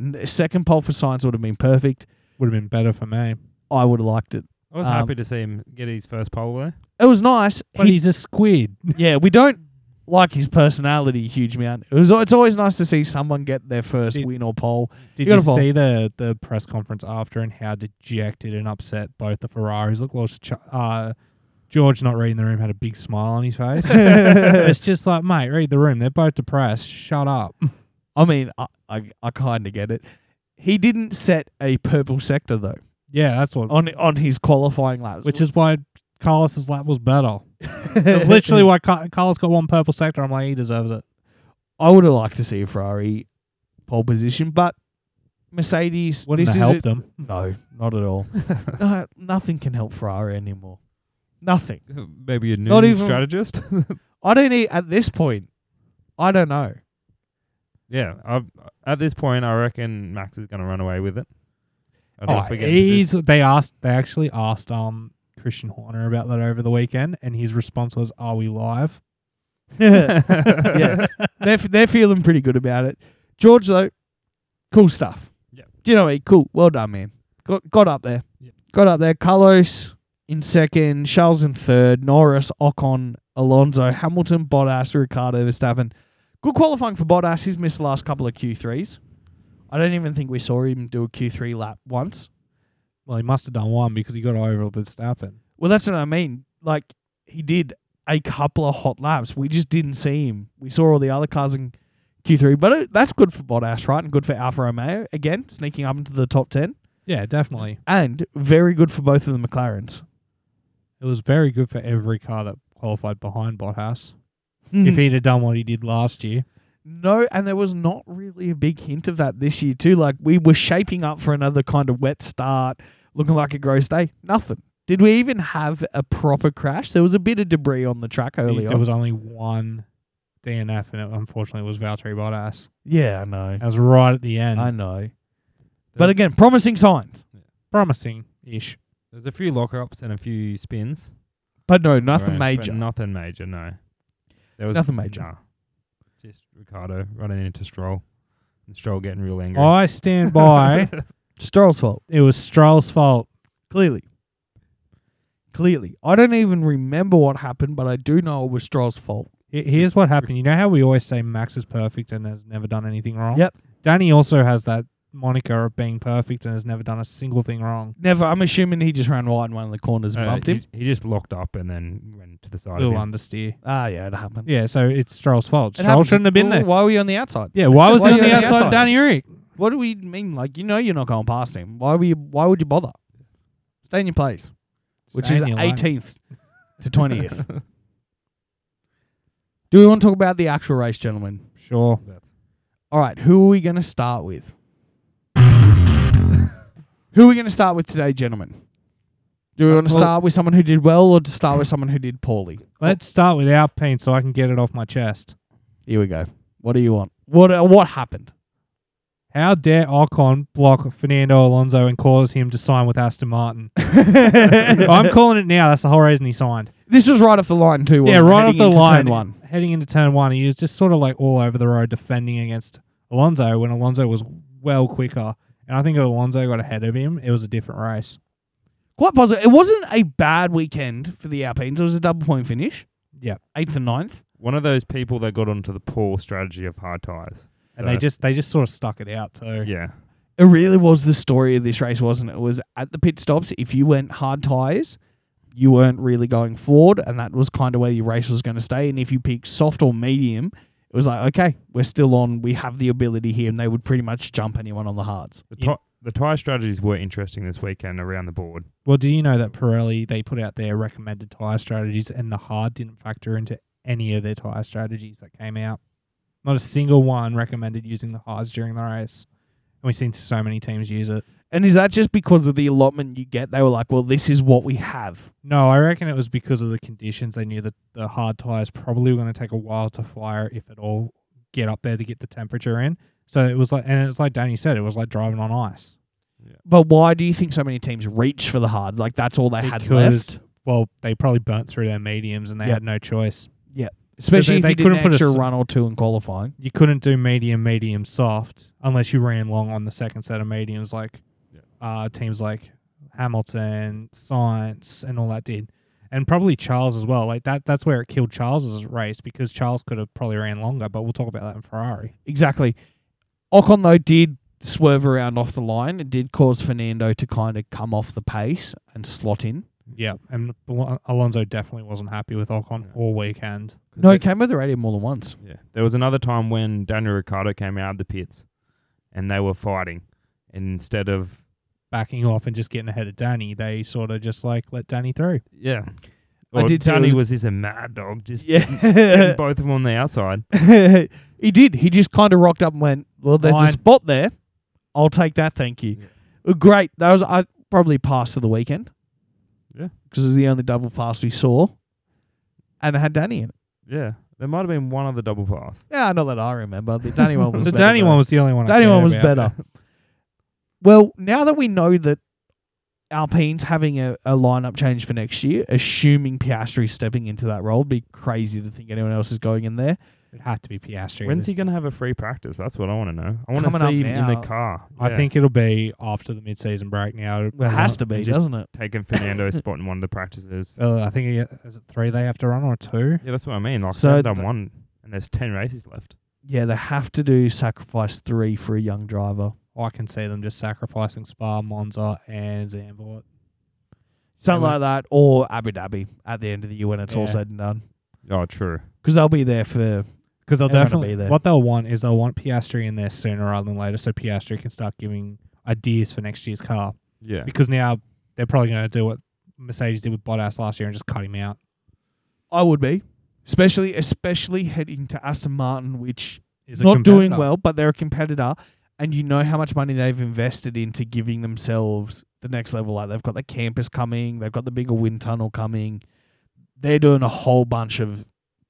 Speaker 1: And a second pole for Science would have been perfect.
Speaker 2: would have been better for me.
Speaker 1: I would have liked it.
Speaker 3: I was
Speaker 1: Um,
Speaker 3: happy to see him get his first pole there.
Speaker 1: It was nice.
Speaker 2: But
Speaker 1: He-
Speaker 2: he's a squid.
Speaker 1: yeah, we don't like his personality a huge amount. It was it's always nice to see someone get their first
Speaker 2: Did-
Speaker 1: win or pole.
Speaker 2: Did
Speaker 1: Beautiful.
Speaker 2: you see the the press conference after and how dejected and upset both the Ferraris look? Well, it's Ch- uh, George not reading the room had a big smile on his face. it's just like, mate, read the room. They're both depressed. Shut up.
Speaker 1: I mean, I I, I kind of get it. He didn't set a purple sector though
Speaker 2: Yeah, that's what.
Speaker 1: on on his qualifying laps,
Speaker 2: Which is why Carlos's lap was better. That's literally why Car- Carlos got one purple sector. I'm like, he deserves it.
Speaker 1: I would have liked to see a Ferrari pole position, but Mercedes.
Speaker 2: Wouldn't
Speaker 1: this
Speaker 2: have
Speaker 1: is
Speaker 2: helped
Speaker 1: it-
Speaker 2: them.
Speaker 1: No, not at all. no, nothing can help Ferrari anymore. Nothing.
Speaker 3: Maybe a new
Speaker 1: Not even-
Speaker 3: strategist.
Speaker 1: I don't e at this point. I don't know.
Speaker 3: yeah, I've, at this point, I reckon Max is going to run away with it. I don't
Speaker 2: Oh,
Speaker 3: forget
Speaker 2: he's, they asked. They actually asked um Christian Horner about that over the weekend, and his response was, "Are we live?"
Speaker 1: yeah, they're f- they're feeling pretty good about it. George though, cool stuff.
Speaker 3: Yeah.
Speaker 1: Do you know what? I mean? Cool. Well done, man. Got got up there.
Speaker 3: Yeah.
Speaker 1: Got up there. Carlos in second, Charles in third, Norris, Ocon, Alonso, Hamilton, Bottas, Ricardo, Verstappen. Good qualifying for Bottas. He's missed the last couple of Q threes. I don't even think we saw him do a Q three lap once.
Speaker 2: Well, he must have done one because he got over Verstappen.
Speaker 1: Well, that's what I mean. Like he did a couple of hot laps. We just didn't see him. We saw all the other cars in Q3, but it, that's good for Bottas, right? And good for Alfa Romeo again, sneaking up into the top ten,
Speaker 2: Yeah, definitely.
Speaker 1: and very good for both of the McLarens.
Speaker 2: It was very good for every car that qualified behind Bottas.
Speaker 1: Hmm.
Speaker 2: If he'd have done what he did last year,
Speaker 1: no, and there was not really a big hint of that this year too. Like we were shaping up for another kind of wet start, looking like a gross day. Nothing. Did we even have a proper crash? There was a bit of debris on the track early
Speaker 2: there
Speaker 1: on.
Speaker 2: was only one DNF, and it unfortunately was Valtteri Bottas.
Speaker 1: yeah, I know.
Speaker 2: That was right at the end.
Speaker 1: I know. But
Speaker 3: There's-
Speaker 1: again, promising signs.
Speaker 2: Promising ish.
Speaker 3: There's a few lockups and a few spins.
Speaker 1: But no, nothing
Speaker 3: Right, but
Speaker 1: major.
Speaker 3: Nothing major. No. There was
Speaker 1: Nothing major.
Speaker 3: nah. just Ricardo running into Stroll, and Stroll getting real angry. Uh,
Speaker 2: I stand by.
Speaker 1: Stroll's fault.
Speaker 2: it was Stroll's fault.
Speaker 1: Clearly. Clearly. I don't even remember what happened, but I do know it was Stroll's fault.
Speaker 2: He- Here's what happened. You know how we always say Max is perfect and has never done anything wrong?
Speaker 1: Yep.
Speaker 2: Danny also has that moniker of being perfect and has never done a single thing wrong.
Speaker 1: Never. I'm assuming he just ran wide in one of the corners and
Speaker 3: Uh,
Speaker 1: bumped him.
Speaker 3: he, he just locked up and then went to the side
Speaker 2: Little
Speaker 3: of him.
Speaker 2: understeer.
Speaker 1: Ah, yeah, it happened.
Speaker 2: Yeah, so it's Stroll's fault.
Speaker 1: It
Speaker 2: Stroll
Speaker 1: happens.
Speaker 2: shouldn't have been
Speaker 1: Well,
Speaker 2: there.
Speaker 1: Why were you on the outside?
Speaker 2: Yeah, why was
Speaker 1: Why
Speaker 2: he on
Speaker 1: you
Speaker 2: the
Speaker 1: on the
Speaker 2: outside,
Speaker 1: outside?
Speaker 2: of Danny Rick?
Speaker 1: What do we mean? Like, you know you're not going past him. Why were you? Why would you bother? Stay in your place, which
Speaker 2: Stay
Speaker 1: is
Speaker 2: in your lane.
Speaker 1: 18th to 20th. do we want to talk about the actual race, gentlemen?
Speaker 2: Sure.
Speaker 3: That's
Speaker 1: All right, who are we going to start with? who are we going to start with today, gentlemen? Do we want to
Speaker 2: Uh, Well-
Speaker 1: start with someone who did well or to start with someone who did poorly?
Speaker 2: Let's start with Alpine so I can get it off my chest.
Speaker 1: Here we go. What do you want? What uh, what happened?
Speaker 2: How dare Ocon block Fernando Alonso and cause him to sign with Aston Martin? I'm calling it now. That's the whole reason he signed.
Speaker 1: This was right off the line too. Wasn't
Speaker 2: yeah,
Speaker 1: it?
Speaker 2: right off
Speaker 1: Heading
Speaker 2: the
Speaker 1: into
Speaker 2: line.
Speaker 1: Turn one.
Speaker 2: Heading into turn one, he was just sort of like all over the road defending against Alonso when Alonso was well quicker. And I think if Alonso got ahead of him, it was a different race.
Speaker 1: Quite positive. It wasn't a bad weekend for the Alpines. It was a double point finish,
Speaker 2: Yeah.
Speaker 1: eighth and ninth.
Speaker 3: one of those people that got onto the poor strategy of hard tires.
Speaker 2: And
Speaker 3: So,
Speaker 2: they just they just sort of stuck it out too.
Speaker 3: yeah,
Speaker 1: It really was the story of this race, wasn't it? It was at the pit stops. If you went hard tires, you weren't really going forward, and that was kind of where your race was going to stay. And if you picked soft or medium, it was like, okay, we're still on. We have the ability here, and they would pretty much jump anyone on the hards.
Speaker 3: the,
Speaker 2: Yeah.
Speaker 3: ti- the tire strategies were interesting this weekend around the board.
Speaker 2: Well, do you know that Pirelli they put out their recommended tire strategies and the hard didn't factor into any of their tire strategies that came out. Not a single one recommended using the hards during the race. And we've seen so many teams use it.
Speaker 1: And is that just because of the allotment you get? They were like, well, this is what we have.
Speaker 2: No, I reckon it was because of the conditions. They knew that the hard tires probably were going to take a while to fire, if at all, get up there to get the temperature in. So it was like, and it's like Danny said, it was like driving on ice.
Speaker 1: But why do you think so many teams reach for the hard? Like that's all they had
Speaker 2: Because-
Speaker 1: left.
Speaker 2: Well, they probably burnt through their mediums and they
Speaker 1: Yeah.
Speaker 2: had no choice.
Speaker 1: Especially
Speaker 2: they
Speaker 1: if you did
Speaker 2: couldn't
Speaker 1: an
Speaker 2: put a
Speaker 1: extra
Speaker 2: s-
Speaker 1: run or two in qualifying.
Speaker 2: You couldn't do medium, medium, soft unless you ran long on the second set of mediums, like
Speaker 3: Yeah.
Speaker 2: uh, teams like Hamilton, Science, and all that did. and probably Charles as well. Like that that's where it killed Charles's race because Charles could have probably ran longer, but we'll talk about that in Ferrari.
Speaker 1: Exactly. Ocon though did swerve around off the line. It did cause Fernando to kind of come off the pace and slot in.
Speaker 2: Yeah, and Al- Alonso definitely wasn't happy with Ocon
Speaker 3: Yeah.
Speaker 2: all weekend.
Speaker 3: 'Cause
Speaker 1: No,
Speaker 3: they-
Speaker 1: he came with the radio more than once.
Speaker 3: Yeah. There was another time when Daniel Ricciardo came out of the pits and they were fighting. And instead of,
Speaker 2: Backing off and just getting ahead of Danny, they sort of just like let Danny through.
Speaker 3: yeah.
Speaker 1: I
Speaker 3: Or
Speaker 1: did see it
Speaker 3: Danny
Speaker 1: was-
Speaker 3: was, just a mad dog, just
Speaker 1: Yeah.
Speaker 3: getting both of them on the outside.
Speaker 1: he did. He just kind of rocked up and went, "Well, there's
Speaker 2: Fine.
Speaker 1: a spot there. I'll take that, thank you."
Speaker 3: Yeah.
Speaker 1: Uh, Great. That was I probably pass of the weekend.
Speaker 3: Yeah.
Speaker 1: because it was the only double pass we saw, and it had Danny in it.
Speaker 3: Yeah. There might have been one other double pass.
Speaker 1: Yeah, not that I remember. The Danny one was
Speaker 2: the
Speaker 1: better
Speaker 2: Danny
Speaker 1: though.
Speaker 2: one was the only one. I
Speaker 1: Danny one
Speaker 2: cared
Speaker 1: was
Speaker 2: about.
Speaker 1: better. Well, now that we know that Alpine's having a, a lineup change for next year, assuming Piastri's stepping into that role, it'd be crazy to think anyone else is going in there.
Speaker 2: It had to be Piastri.
Speaker 3: When's he
Speaker 2: this-
Speaker 3: going to have a free practice? That's what I want to know. I want to
Speaker 1: Coming up
Speaker 3: see him in
Speaker 1: now.
Speaker 3: the car.
Speaker 2: I
Speaker 3: Yeah.
Speaker 2: think it'll be after the mid-season break now.
Speaker 1: Well, it has to
Speaker 3: and
Speaker 1: be,
Speaker 3: just-
Speaker 1: doesn't it?
Speaker 3: taking Fernando's spot in one of the practices.
Speaker 2: Uh, I think he, is it three they have to run or two.
Speaker 3: Yeah, that's what I mean. Like,
Speaker 1: So
Speaker 3: so done
Speaker 1: th-
Speaker 3: one, and there's ten races left.
Speaker 1: Yeah, they have to do sacrifice three for a young driver.
Speaker 2: I can see them just sacrificing Spa, Monza, and Zandvoort.
Speaker 1: Something
Speaker 2: Yeah,
Speaker 1: like that, or Abu Dhabi at the end of the year when it's all
Speaker 2: Yeah.
Speaker 1: said and done.
Speaker 3: Oh, true.
Speaker 1: Because they'll be there for.
Speaker 2: Because they'll
Speaker 1: Everyone will
Speaker 2: definitely
Speaker 1: be there.
Speaker 2: what they'll want is they'll want Piastri in there sooner rather than later, so Piastri can start giving ideas for next year's car.
Speaker 3: Yeah,
Speaker 2: Because now they're probably going to do what Mercedes did with Bottas last year and just cut him out.
Speaker 1: I would be. Especially, especially heading to Aston Martin, which
Speaker 2: Is
Speaker 1: not doing well, but they're a competitor, and you know how much money they've invested into giving themselves the next level. Like they've got the campus coming, they've got the bigger wind tunnel coming. They're doing a whole bunch of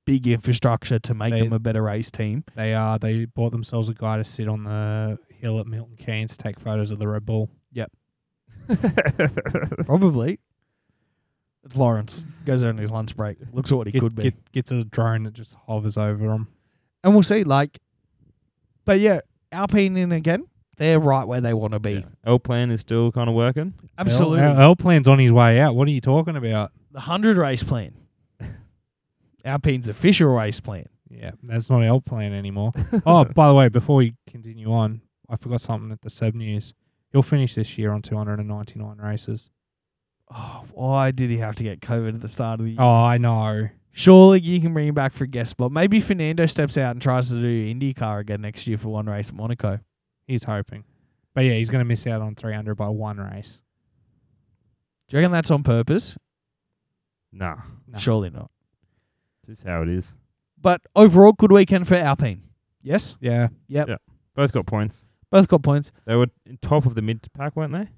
Speaker 1: big infrastructure to make
Speaker 2: They-
Speaker 1: them a better race team.
Speaker 2: They are. They bought themselves a guy to sit on the hill at Milton Keynes, to take photos of the Red Bull.
Speaker 1: Probably. It's Lawrence goes there on his lunch break, looks at what he
Speaker 2: Get,
Speaker 1: could be,
Speaker 2: get, gets a drone that just hovers over them.
Speaker 1: and we'll see. Like, but yeah, Alpine in again. They're right where they want to be.
Speaker 3: yeah. L plan is still kind of working.
Speaker 1: Absolutely,
Speaker 2: L, L plan's on his way out. What are you talking about?
Speaker 1: the hundred race plan. Alpine's official race plan.
Speaker 2: Yeah, that's not L plan anymore. oh, by the way, before we continue on, I forgot something at the sub news. He'll finish this year on 299 races.
Speaker 1: Oh, why did he have to get COVID at the start of the year?
Speaker 2: Oh, I know.
Speaker 1: Surely you can bring him back for a guest spot. Maybe Fernando steps out and tries to do IndyCar again next year for one race at Monaco.
Speaker 2: He's hoping. But yeah, he's going to miss out on 300 by one race.
Speaker 1: Do you reckon that's on purpose?
Speaker 3: nah,
Speaker 2: No.
Speaker 1: Surely not.
Speaker 3: just how it is.
Speaker 1: But overall, good weekend for Alpine. Yes,
Speaker 2: Yeah.
Speaker 3: Both got points.
Speaker 1: both got points.
Speaker 3: They were in top of the mid pack, weren't they?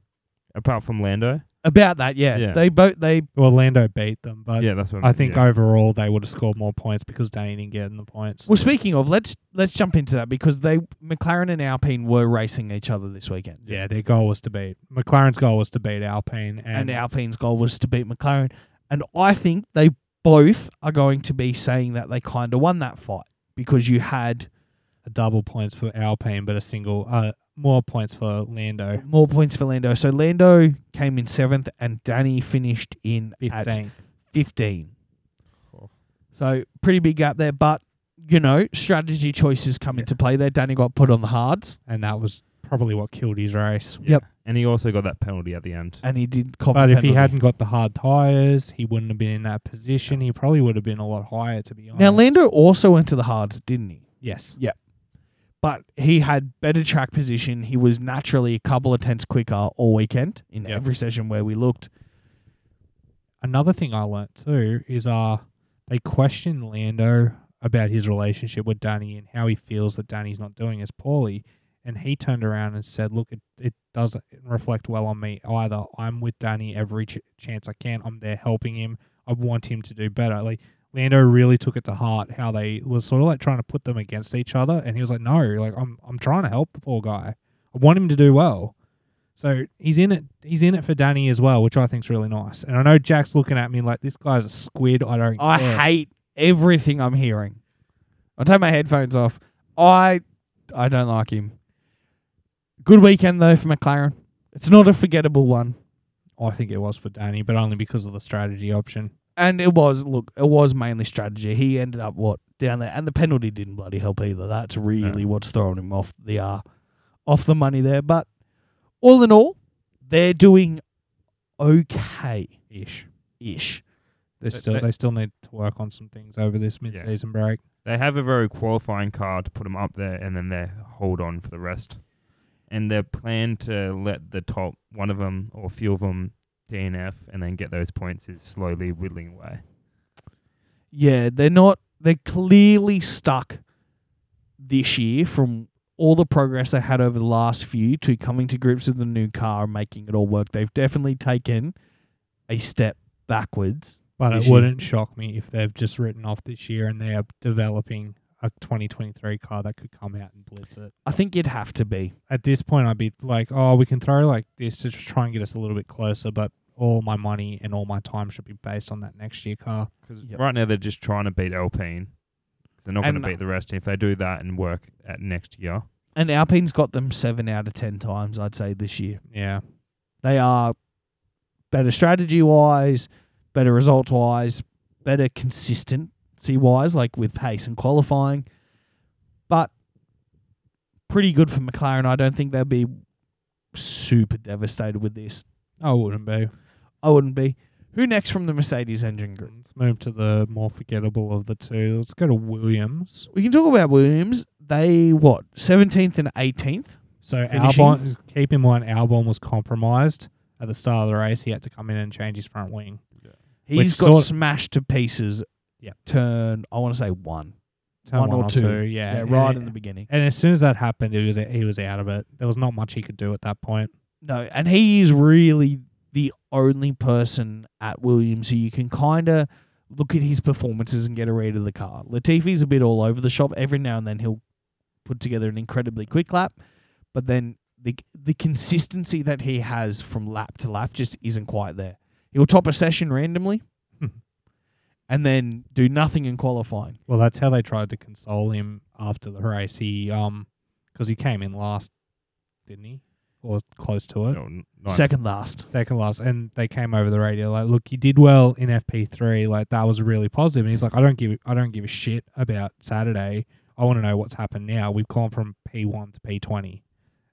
Speaker 3: Apart from Lando.
Speaker 1: About that, yeah.
Speaker 3: Yeah.
Speaker 1: They both they
Speaker 2: Well, Lando beat them, but
Speaker 3: yeah, that's what
Speaker 2: I think
Speaker 3: Yeah.
Speaker 2: overall they would have scored more points because Danny didn't get in the points.
Speaker 1: well. Speaking of, let's let's jump into that because they McLaren and Alpine were racing each other this weekend,
Speaker 2: yeah, their goal was to beat McLaren's goal was to beat Alpine
Speaker 1: and
Speaker 2: and,
Speaker 1: Alpine's goal was to beat McLaren, and I think they both are going to be saying that they kind of won that fight because you had
Speaker 2: a double points for Alpine, but a single uh more points for Lando.
Speaker 1: More points for Lando. So Lando came in seventh, and Danny finished in at
Speaker 2: 15.
Speaker 1: fifteen.
Speaker 3: Oh.
Speaker 1: So pretty big gap there, but you know strategy choices come into play there. Danny got put on the hards,
Speaker 2: and that was probably what killed his race.
Speaker 3: Yeah.
Speaker 1: Yep.
Speaker 3: And he also got that penalty at the end.
Speaker 1: and he did. Cop
Speaker 2: But
Speaker 1: a
Speaker 2: if he
Speaker 1: penalty.
Speaker 2: hadn't got the hard tires, he wouldn't have been in that position. He probably would have been a lot higher, to be honest.
Speaker 1: now Lando also went to the hards, didn't he?
Speaker 2: yes,
Speaker 1: But he had better track position. He was naturally a couple of tenths quicker all weekend in
Speaker 2: Yep.
Speaker 1: every session where we looked.
Speaker 2: another thing I learnt too is uh they questioned Lando about his relationship with Danny and how he feels that Danny's not doing as poorly. And he turned around and said, "Look, it, it doesn't reflect well on me either. I'm with Danny every ch- chance I can. I'm there helping him. I want him to do better." Like Lando really took it to heart how they was sort of like trying to put them against each other, and he was like, "No, like I'm I'm trying to help the poor guy. I want him to do well." So he's in it. He's in it for Danny as well, which I think's really nice. And I know Jack's looking at me like this guy's a squid. I don't.
Speaker 1: I
Speaker 2: care."
Speaker 1: hate everything I'm hearing. I'll take my headphones off. I I don't like him. Good weekend though for McLaren. It's not a forgettable one.
Speaker 2: I think it was for Danny, but only because of the strategy option.
Speaker 1: And it was look, it was mainly strategy. He ended up what down there, and the penalty didn't bloody help either. That's really what's thrown him off the uh, off the money there. But all in all, they're doing okay
Speaker 2: ish.
Speaker 1: ish.
Speaker 2: They still
Speaker 3: but-
Speaker 2: they still need to work on some things over this mid season break.
Speaker 3: They have a very qualifying car to put them up there, and then they hold on for the rest. And their plan to let the top one of them or a few of them DNF and then get those points is slowly whittling away.
Speaker 1: Yeah, they're not. They're clearly stuck this year from all the progress they had over the last few to coming to grips with the new car and making it all work. They've definitely taken a step backwards.
Speaker 2: But
Speaker 1: This
Speaker 2: it
Speaker 1: year.
Speaker 2: wouldn't shock me if they've just written off this year and they are developing a 2023 car that could come out and blitz it.
Speaker 1: I think you'd have to be.
Speaker 2: At this point, I'd be like, oh, we can throw like this to try and get us a little bit closer, but all my money and all my time should be based on that next year car.
Speaker 3: Because
Speaker 1: Yep.
Speaker 3: right now they're just trying to beat Alpine. 'Cause They're not going
Speaker 1: And- uh,
Speaker 3: to beat the rest. And if they do that and work at next year,
Speaker 1: And Alpine's got them seven out of ten times, I'd say, this year.
Speaker 2: Yeah.
Speaker 1: They are better strategy wise, better result wise, better consistency wise, like with pace and qualifying. But pretty good for McLaren. I don't think they'll be super devastated with this.
Speaker 2: I wouldn't be.
Speaker 1: I wouldn't be. Who next from the Mercedes engine group?
Speaker 2: Let's move to the more forgettable of the two. Let's go to Williams.
Speaker 1: We can talk about Williams. They what? Seventeenth and eighteenth.
Speaker 2: So
Speaker 1: Finishing.
Speaker 2: Albon, keep in mind, Albon was compromised at the start of the race. He had to come in and change his front wing.
Speaker 1: He's
Speaker 2: Which
Speaker 1: got
Speaker 2: sort-
Speaker 1: smashed to pieces.
Speaker 2: Yep.
Speaker 1: Turn I want to say one.
Speaker 2: Turn
Speaker 1: One or two.
Speaker 2: yeah.
Speaker 1: Yeah,
Speaker 2: And
Speaker 1: right
Speaker 2: it-
Speaker 1: in the beginning.
Speaker 2: And as soon as that happened, he was he was out of it. There was not much he could do at that point.
Speaker 1: No, and he is really the only person at Williams who you can kind of look at his performances and get a read of the car. Latifi's a bit all over the shop. Every now and then he'll put together an incredibly quick lap, but then the the consistency that he has from lap to lap just isn't quite there. He'll top a session randomly, and then do nothing in qualifying.
Speaker 2: Well, that's how they tried to console him after the race. He um, because he came in last, didn't he, or close to it,
Speaker 3: no, n- nine-
Speaker 1: Second last.
Speaker 2: second last. And they came over the radio like, look, you did well in FP three. Like that was really positive. And he's like, I don't give I don't give a shit about Saturday. I want to know what's happened now. We've gone from P one to P twenty,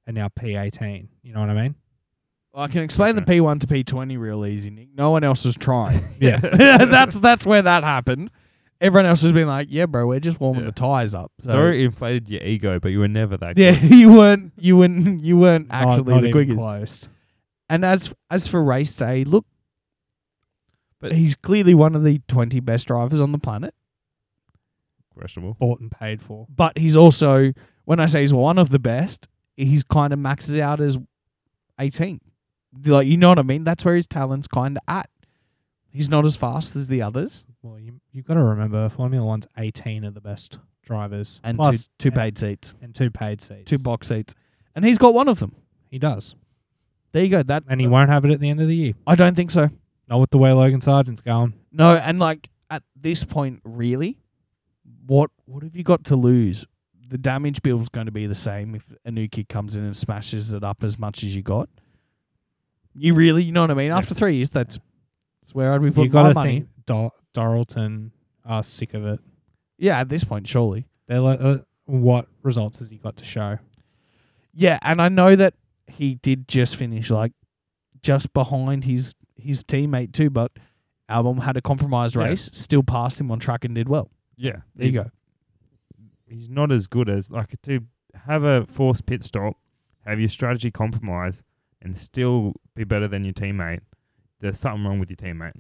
Speaker 2: and now P eighteen. You know what I mean?
Speaker 1: I can explain the
Speaker 3: Okay.
Speaker 1: P one to P twenty real easy, Nick. No one else is trying.
Speaker 2: Yeah.
Speaker 1: that's that's where that happened. Everyone else has been like, "Yeah, bro, we're just warming
Speaker 3: Yeah.
Speaker 1: the tires up." So,
Speaker 3: Sorry, it inflated your ego, but you were never that
Speaker 1: yeah,
Speaker 3: good.
Speaker 1: you weren't, you weren't, you weren't
Speaker 2: Not-
Speaker 1: actually
Speaker 2: not
Speaker 1: the
Speaker 2: even
Speaker 1: quickest.
Speaker 2: close.
Speaker 1: And as as for race day, look,
Speaker 3: But-
Speaker 1: he's clearly one of the twenty best drivers on the planet.
Speaker 3: Questionable.
Speaker 2: Bought and paid for.
Speaker 1: But he's also, when I say he's one of the best, he's kind of maxes out as eighteen. Like you know what I mean? That's where his talent's kind of at. He's not as fast as the others,
Speaker 2: Well, you you've got to remember Formula One's eighteen of the best drivers,
Speaker 1: and
Speaker 2: Plus-
Speaker 1: two, two
Speaker 2: and-
Speaker 1: paid seats,
Speaker 2: and two paid seats.
Speaker 1: two box seats, and he's got one of them.
Speaker 2: he does,
Speaker 1: There you go. That
Speaker 2: and he won't have it at the end of the year.
Speaker 1: I don't think so.
Speaker 2: Not with the way Logan Sargent's going.
Speaker 1: No, and like at this point, really, what what have you got to lose? The damage bill's going to be the same if a new kid comes in and smashes it up as much as you got. You really, you know what I mean? After three years, that's that's where I'd be
Speaker 2: You
Speaker 1: putting
Speaker 2: got
Speaker 1: my
Speaker 2: to
Speaker 1: money.
Speaker 2: think Dor- Doralton are sick of it.
Speaker 1: Yeah, at this point, surely.
Speaker 2: They're like, uh, what results has he got to show?
Speaker 1: Yeah, and I know that he did just finish like just behind his his teammate too, but Album had a compromised
Speaker 3: Yeah.
Speaker 1: race, still passed him on track and did well.
Speaker 3: Yeah.
Speaker 1: There you
Speaker 3: he's-
Speaker 1: go.
Speaker 3: he's not as good as like to have a forced pit stop, have your strategy compromise, and still be better than your teammate. There's something wrong with your teammate.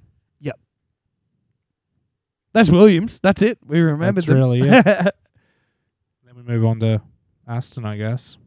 Speaker 1: That's Williams. That's it. We remembered
Speaker 2: That's
Speaker 1: them.
Speaker 2: really it. Then we move on to Aston, I guess.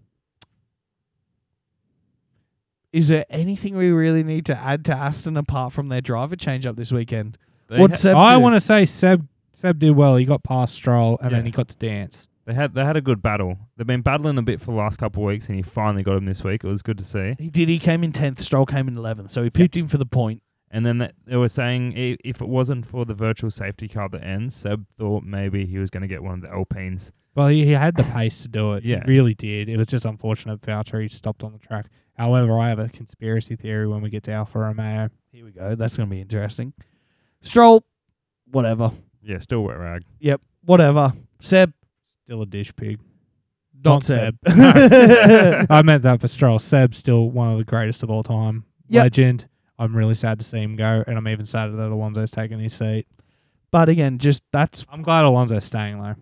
Speaker 1: Is there anything we really need to add to Aston apart from their driver change up this weekend?
Speaker 3: They
Speaker 1: What
Speaker 3: ha-
Speaker 1: Seb
Speaker 2: I
Speaker 1: do?
Speaker 2: want to say Seb. Seb did well. He got past Stroll, and
Speaker 3: Yeah.
Speaker 2: then he got to dance.
Speaker 3: they had they had a good battle. They've been battling a bit for the last couple of weeks, and he finally got him this week. It was good to see.
Speaker 1: He did. He came in tenth. Stroll came in eleventh. So he pooped him for the point.
Speaker 3: And then that, they were saying i- if it wasn't for the virtual safety car that ends, Seb thought maybe he was going to get one of the Alpines.
Speaker 2: Well, he, he had the pace to do it.
Speaker 3: Yeah.
Speaker 2: He really did. It was just unfortunate Valtteri stopped on the track. However, I have a conspiracy theory when we get to Alfa Romeo.
Speaker 1: Here we go. That's going to be interesting. Stroll, whatever.
Speaker 3: Yeah, still wet rag.
Speaker 1: Yep, whatever. Seb,
Speaker 2: Still a dish pig.
Speaker 1: not,
Speaker 2: Not
Speaker 1: Seb.
Speaker 2: Seb. I meant that for Stroll. Seb's still one of the greatest of all time.
Speaker 1: Yep.
Speaker 2: Legend. I'm really sad to see him go, and I'm even sadder that Alonso's taking his seat.
Speaker 1: but again, just that's
Speaker 2: I'm glad Alonso's staying though.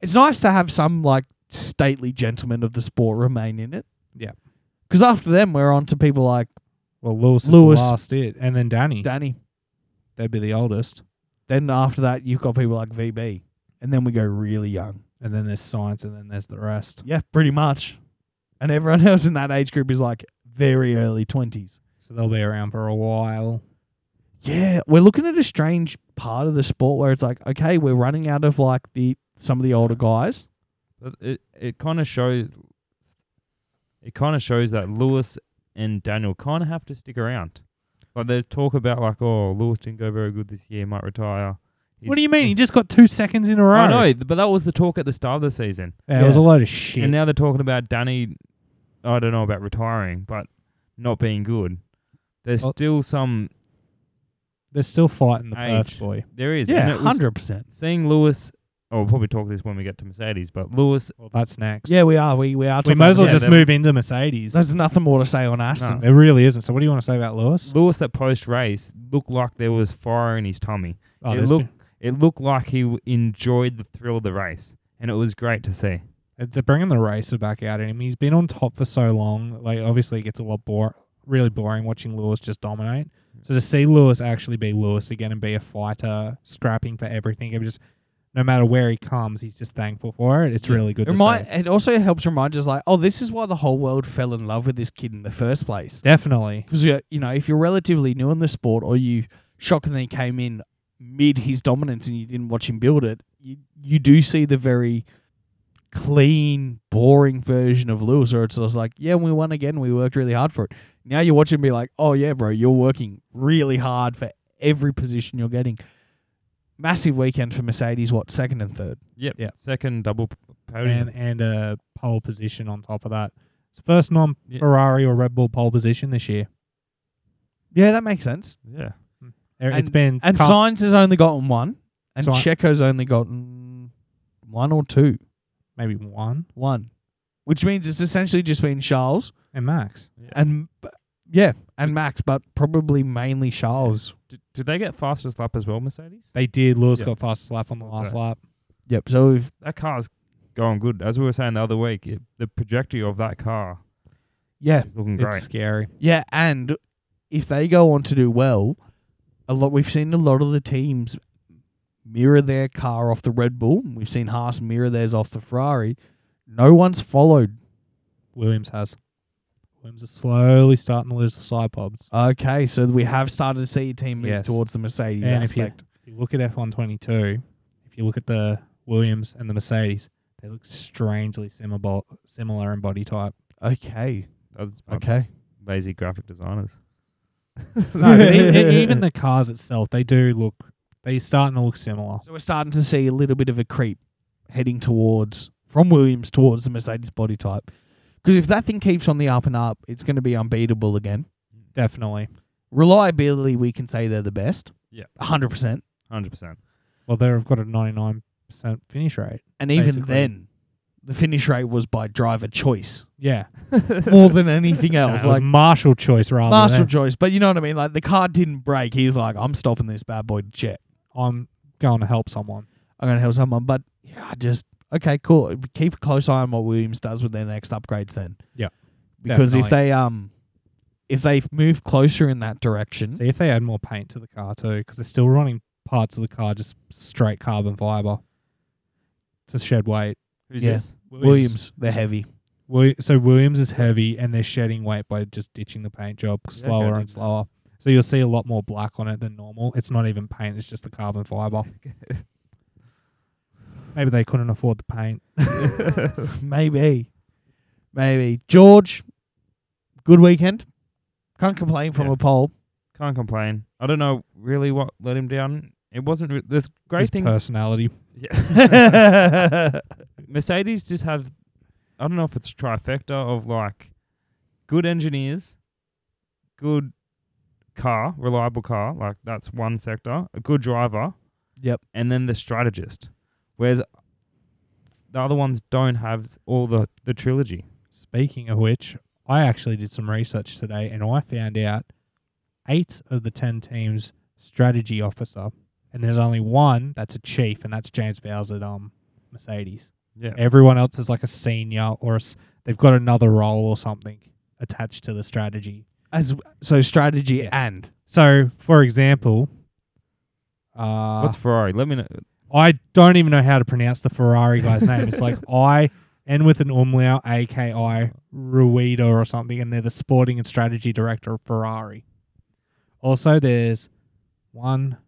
Speaker 1: it's nice to have some like stately gentlemen of the sport remain in it.
Speaker 2: Yep.
Speaker 1: Because after them, we're on to people like
Speaker 2: Well, Lewis is
Speaker 1: Lewis.
Speaker 2: the last it, and then Danny.
Speaker 1: Danny.
Speaker 2: They'd be the oldest,
Speaker 1: Then after that, you've got people like VB, and then we go really young.
Speaker 2: and then there's science, and then there's the rest.
Speaker 1: Yeah, pretty much. And everyone else in that age group is like very early twenties.
Speaker 2: So they'll be around for a while.
Speaker 1: Yeah, we're looking at a strange part of the sport where it's like, okay, we're running out of like the some of the older guys.
Speaker 3: But It it kind of shows. It kind of shows that Lewis and Daniel kind of have to stick around. Like there's talk about like, oh, Lewis didn't go very good this year, might retire.
Speaker 2: what do you mean? He just got two seconds in a row.
Speaker 3: I know, but that was the talk at the start of the season.
Speaker 2: Yeah, It was a
Speaker 1: Yeah.
Speaker 2: load of shit.
Speaker 3: And now they're talking about Danny. I don't know about retiring, but not being good. There's
Speaker 2: Well-
Speaker 3: still some.
Speaker 2: They're still fighting the
Speaker 3: Age.
Speaker 2: Perth boy.
Speaker 3: There is. and
Speaker 1: Yeah,
Speaker 3: it was-
Speaker 1: hundred percent.
Speaker 3: Seeing Lewis. Oh, we'll probably talk this when we get to Mercedes, but Lewis.
Speaker 2: Well, that's next.
Speaker 1: Yeah, we are. We we are.
Speaker 2: we
Speaker 1: talking
Speaker 2: might as well
Speaker 1: about-
Speaker 2: just
Speaker 3: them.
Speaker 2: move into Mercedes.
Speaker 1: There's nothing more to say on Aston.
Speaker 3: No.
Speaker 2: It really isn't. So what do you want to say about Lewis?
Speaker 3: Lewis at post race looked like there was fire in his tummy.
Speaker 2: Oh,
Speaker 3: it
Speaker 2: there's
Speaker 3: looked it looked like he w- enjoyed the thrill of the race, and it was great to see.
Speaker 2: been- they're bringing the racer back out in him. He's been on top for so long. Like obviously, it gets a lot bore, really boring watching Lewis just dominate. So to see Lewis actually be Lewis again and be a fighter, scrapping for everything, it was just no matter where he comes, he's just thankful for it. It's
Speaker 1: Yeah.
Speaker 2: really good.
Speaker 1: It,
Speaker 2: to
Speaker 1: might,
Speaker 2: see.
Speaker 1: it also helps remind us, like, oh, this is why the whole world fell in love with this kid in the first place.
Speaker 2: Definitely.
Speaker 1: Because, you know, if you're relatively new in the sport or you shockingly came in mid his dominance and you didn't watch him build it, you, you do see the very clean, boring version of Lewis, or it's just like, yeah, we won again. We worked really hard for it. Now you watch him be like, oh, yeah, bro, you're working really hard for every position you're getting. Massive weekend for Mercedes, what, second and third?
Speaker 3: Yep.
Speaker 2: Yeah.
Speaker 3: Second double p- podium.
Speaker 2: And and a pole position on top of that. It's the first non
Speaker 3: Yeah.
Speaker 2: Ferrari or Red Bull pole position this year.
Speaker 1: Yeah, that makes sense.
Speaker 3: yeah.
Speaker 2: Er, it's been
Speaker 1: And
Speaker 2: car-
Speaker 1: Science has only gotten one, and
Speaker 2: Sci-
Speaker 1: Checo's only gotten one or two.
Speaker 2: maybe one
Speaker 1: One, which means it's essentially just been Charles
Speaker 2: and Max.
Speaker 1: and yeah, and Max, but probably mainly Charles.
Speaker 3: Did, did they get fastest lap as well, Mercedes?
Speaker 2: They did. Lewis
Speaker 3: Yeah.
Speaker 2: got fastest lap on the last
Speaker 3: Sorry.
Speaker 2: lap.
Speaker 1: Yep. So we've,
Speaker 3: That car's going good. As we were saying the other week, it, the trajectory of that car
Speaker 1: yeah,
Speaker 3: is looking
Speaker 2: It's
Speaker 3: great.
Speaker 2: scary.
Speaker 1: yeah, and if they go on to do well, a lot we've seen a lot of the teams mirror their car off the Red Bull. We've seen Haas mirror theirs off the Ferrari. No one's followed.
Speaker 2: Williams has. Williams is slowly starting to lose the side pods.
Speaker 1: Okay, so we have started to see a team move
Speaker 2: Yes.
Speaker 1: towards the Mercedes
Speaker 2: And if you-
Speaker 1: aspect.
Speaker 2: If you look at F122, if you look at the Williams and the Mercedes, they look strangely similar, similar in body type.
Speaker 1: Okay.
Speaker 3: That's my
Speaker 1: Okay.
Speaker 3: lazy graphic designers.
Speaker 2: No, but e- e- even the cars itself, they do look. They're starting to look similar.
Speaker 1: So we're starting to see a little bit of a creep heading towards from Williams towards the Mercedes body type. Because if that thing keeps on the up and up, it's going to be unbeatable again.
Speaker 2: Definitely.
Speaker 1: Reliability, we can say they're the best.
Speaker 3: Yeah.
Speaker 1: 100%.
Speaker 3: Hundred percent.
Speaker 2: Well, they've got a 99% finish rate.
Speaker 1: And even
Speaker 2: Basically.
Speaker 1: then, the finish rate was by driver choice
Speaker 2: Yeah.
Speaker 1: more than anything
Speaker 2: No,
Speaker 1: else.
Speaker 2: it was eh?
Speaker 1: like
Speaker 2: Marshall choice rather
Speaker 1: Marshall
Speaker 2: than
Speaker 1: choice. But you know what I mean? Like the car didn't break. He's like, I'm stopping this bad boy to check.
Speaker 2: I'm going to help someone.
Speaker 1: I'm going to help someone. But yeah, I just, okay, cool. Keep a close eye on what Williams does with their next upgrades then.
Speaker 2: Yeah.
Speaker 1: Because if
Speaker 2: Definitely.
Speaker 1: they, um, if they move closer in that
Speaker 3: Hmm?
Speaker 1: direction,
Speaker 2: See if they add more paint to the car too, because they're still running parts of the car just straight carbon fiber to shed weight.
Speaker 3: Who's
Speaker 1: Yeah.
Speaker 3: this?
Speaker 1: Williams, they're heavy.
Speaker 2: Wi- so Williams is heavy, and they're shedding weight by just ditching the paint job
Speaker 3: Yeah, okay, I
Speaker 2: slower
Speaker 3: didn't
Speaker 2: and slower. So you'll see a lot more black on it than normal. It's not even paint; it's just the carbon fiber. Maybe they couldn't afford the paint.
Speaker 1: Maybe. Maybe. George, good weekend. Can't complain from
Speaker 3: Yeah.
Speaker 1: a pole.
Speaker 3: Can't complain. I don't know really what let him down. It wasn't re- the great
Speaker 2: His
Speaker 3: thing.
Speaker 2: personality.
Speaker 3: Yeah. Mercedes just have I don't know if it's a trifecta of like good engineers, good car, reliable car, like that's one sector, a good driver,
Speaker 1: Yep.
Speaker 3: and then the strategist. Whereas the other ones don't have all the, the trilogy.
Speaker 2: Speaking of which, I actually did some research today and I found out eight of the 10 teams' strategy officer, and there's only one that's a chief, and that's James Bowles at um, Mercedes.
Speaker 3: Yeah.
Speaker 2: Everyone else is like a senior or a s they've got another role or something attached to the strategy.
Speaker 1: As so strategy
Speaker 2: Yes.
Speaker 1: and
Speaker 2: So, for example, uh,
Speaker 3: What's Ferrari? Let me know.
Speaker 2: I don't even know how to pronounce the Ferrari guy's name. It's like I end with an umlaut, aka Ruida or something, and they're the sporting and strategy director of Ferrari. Also, there's one,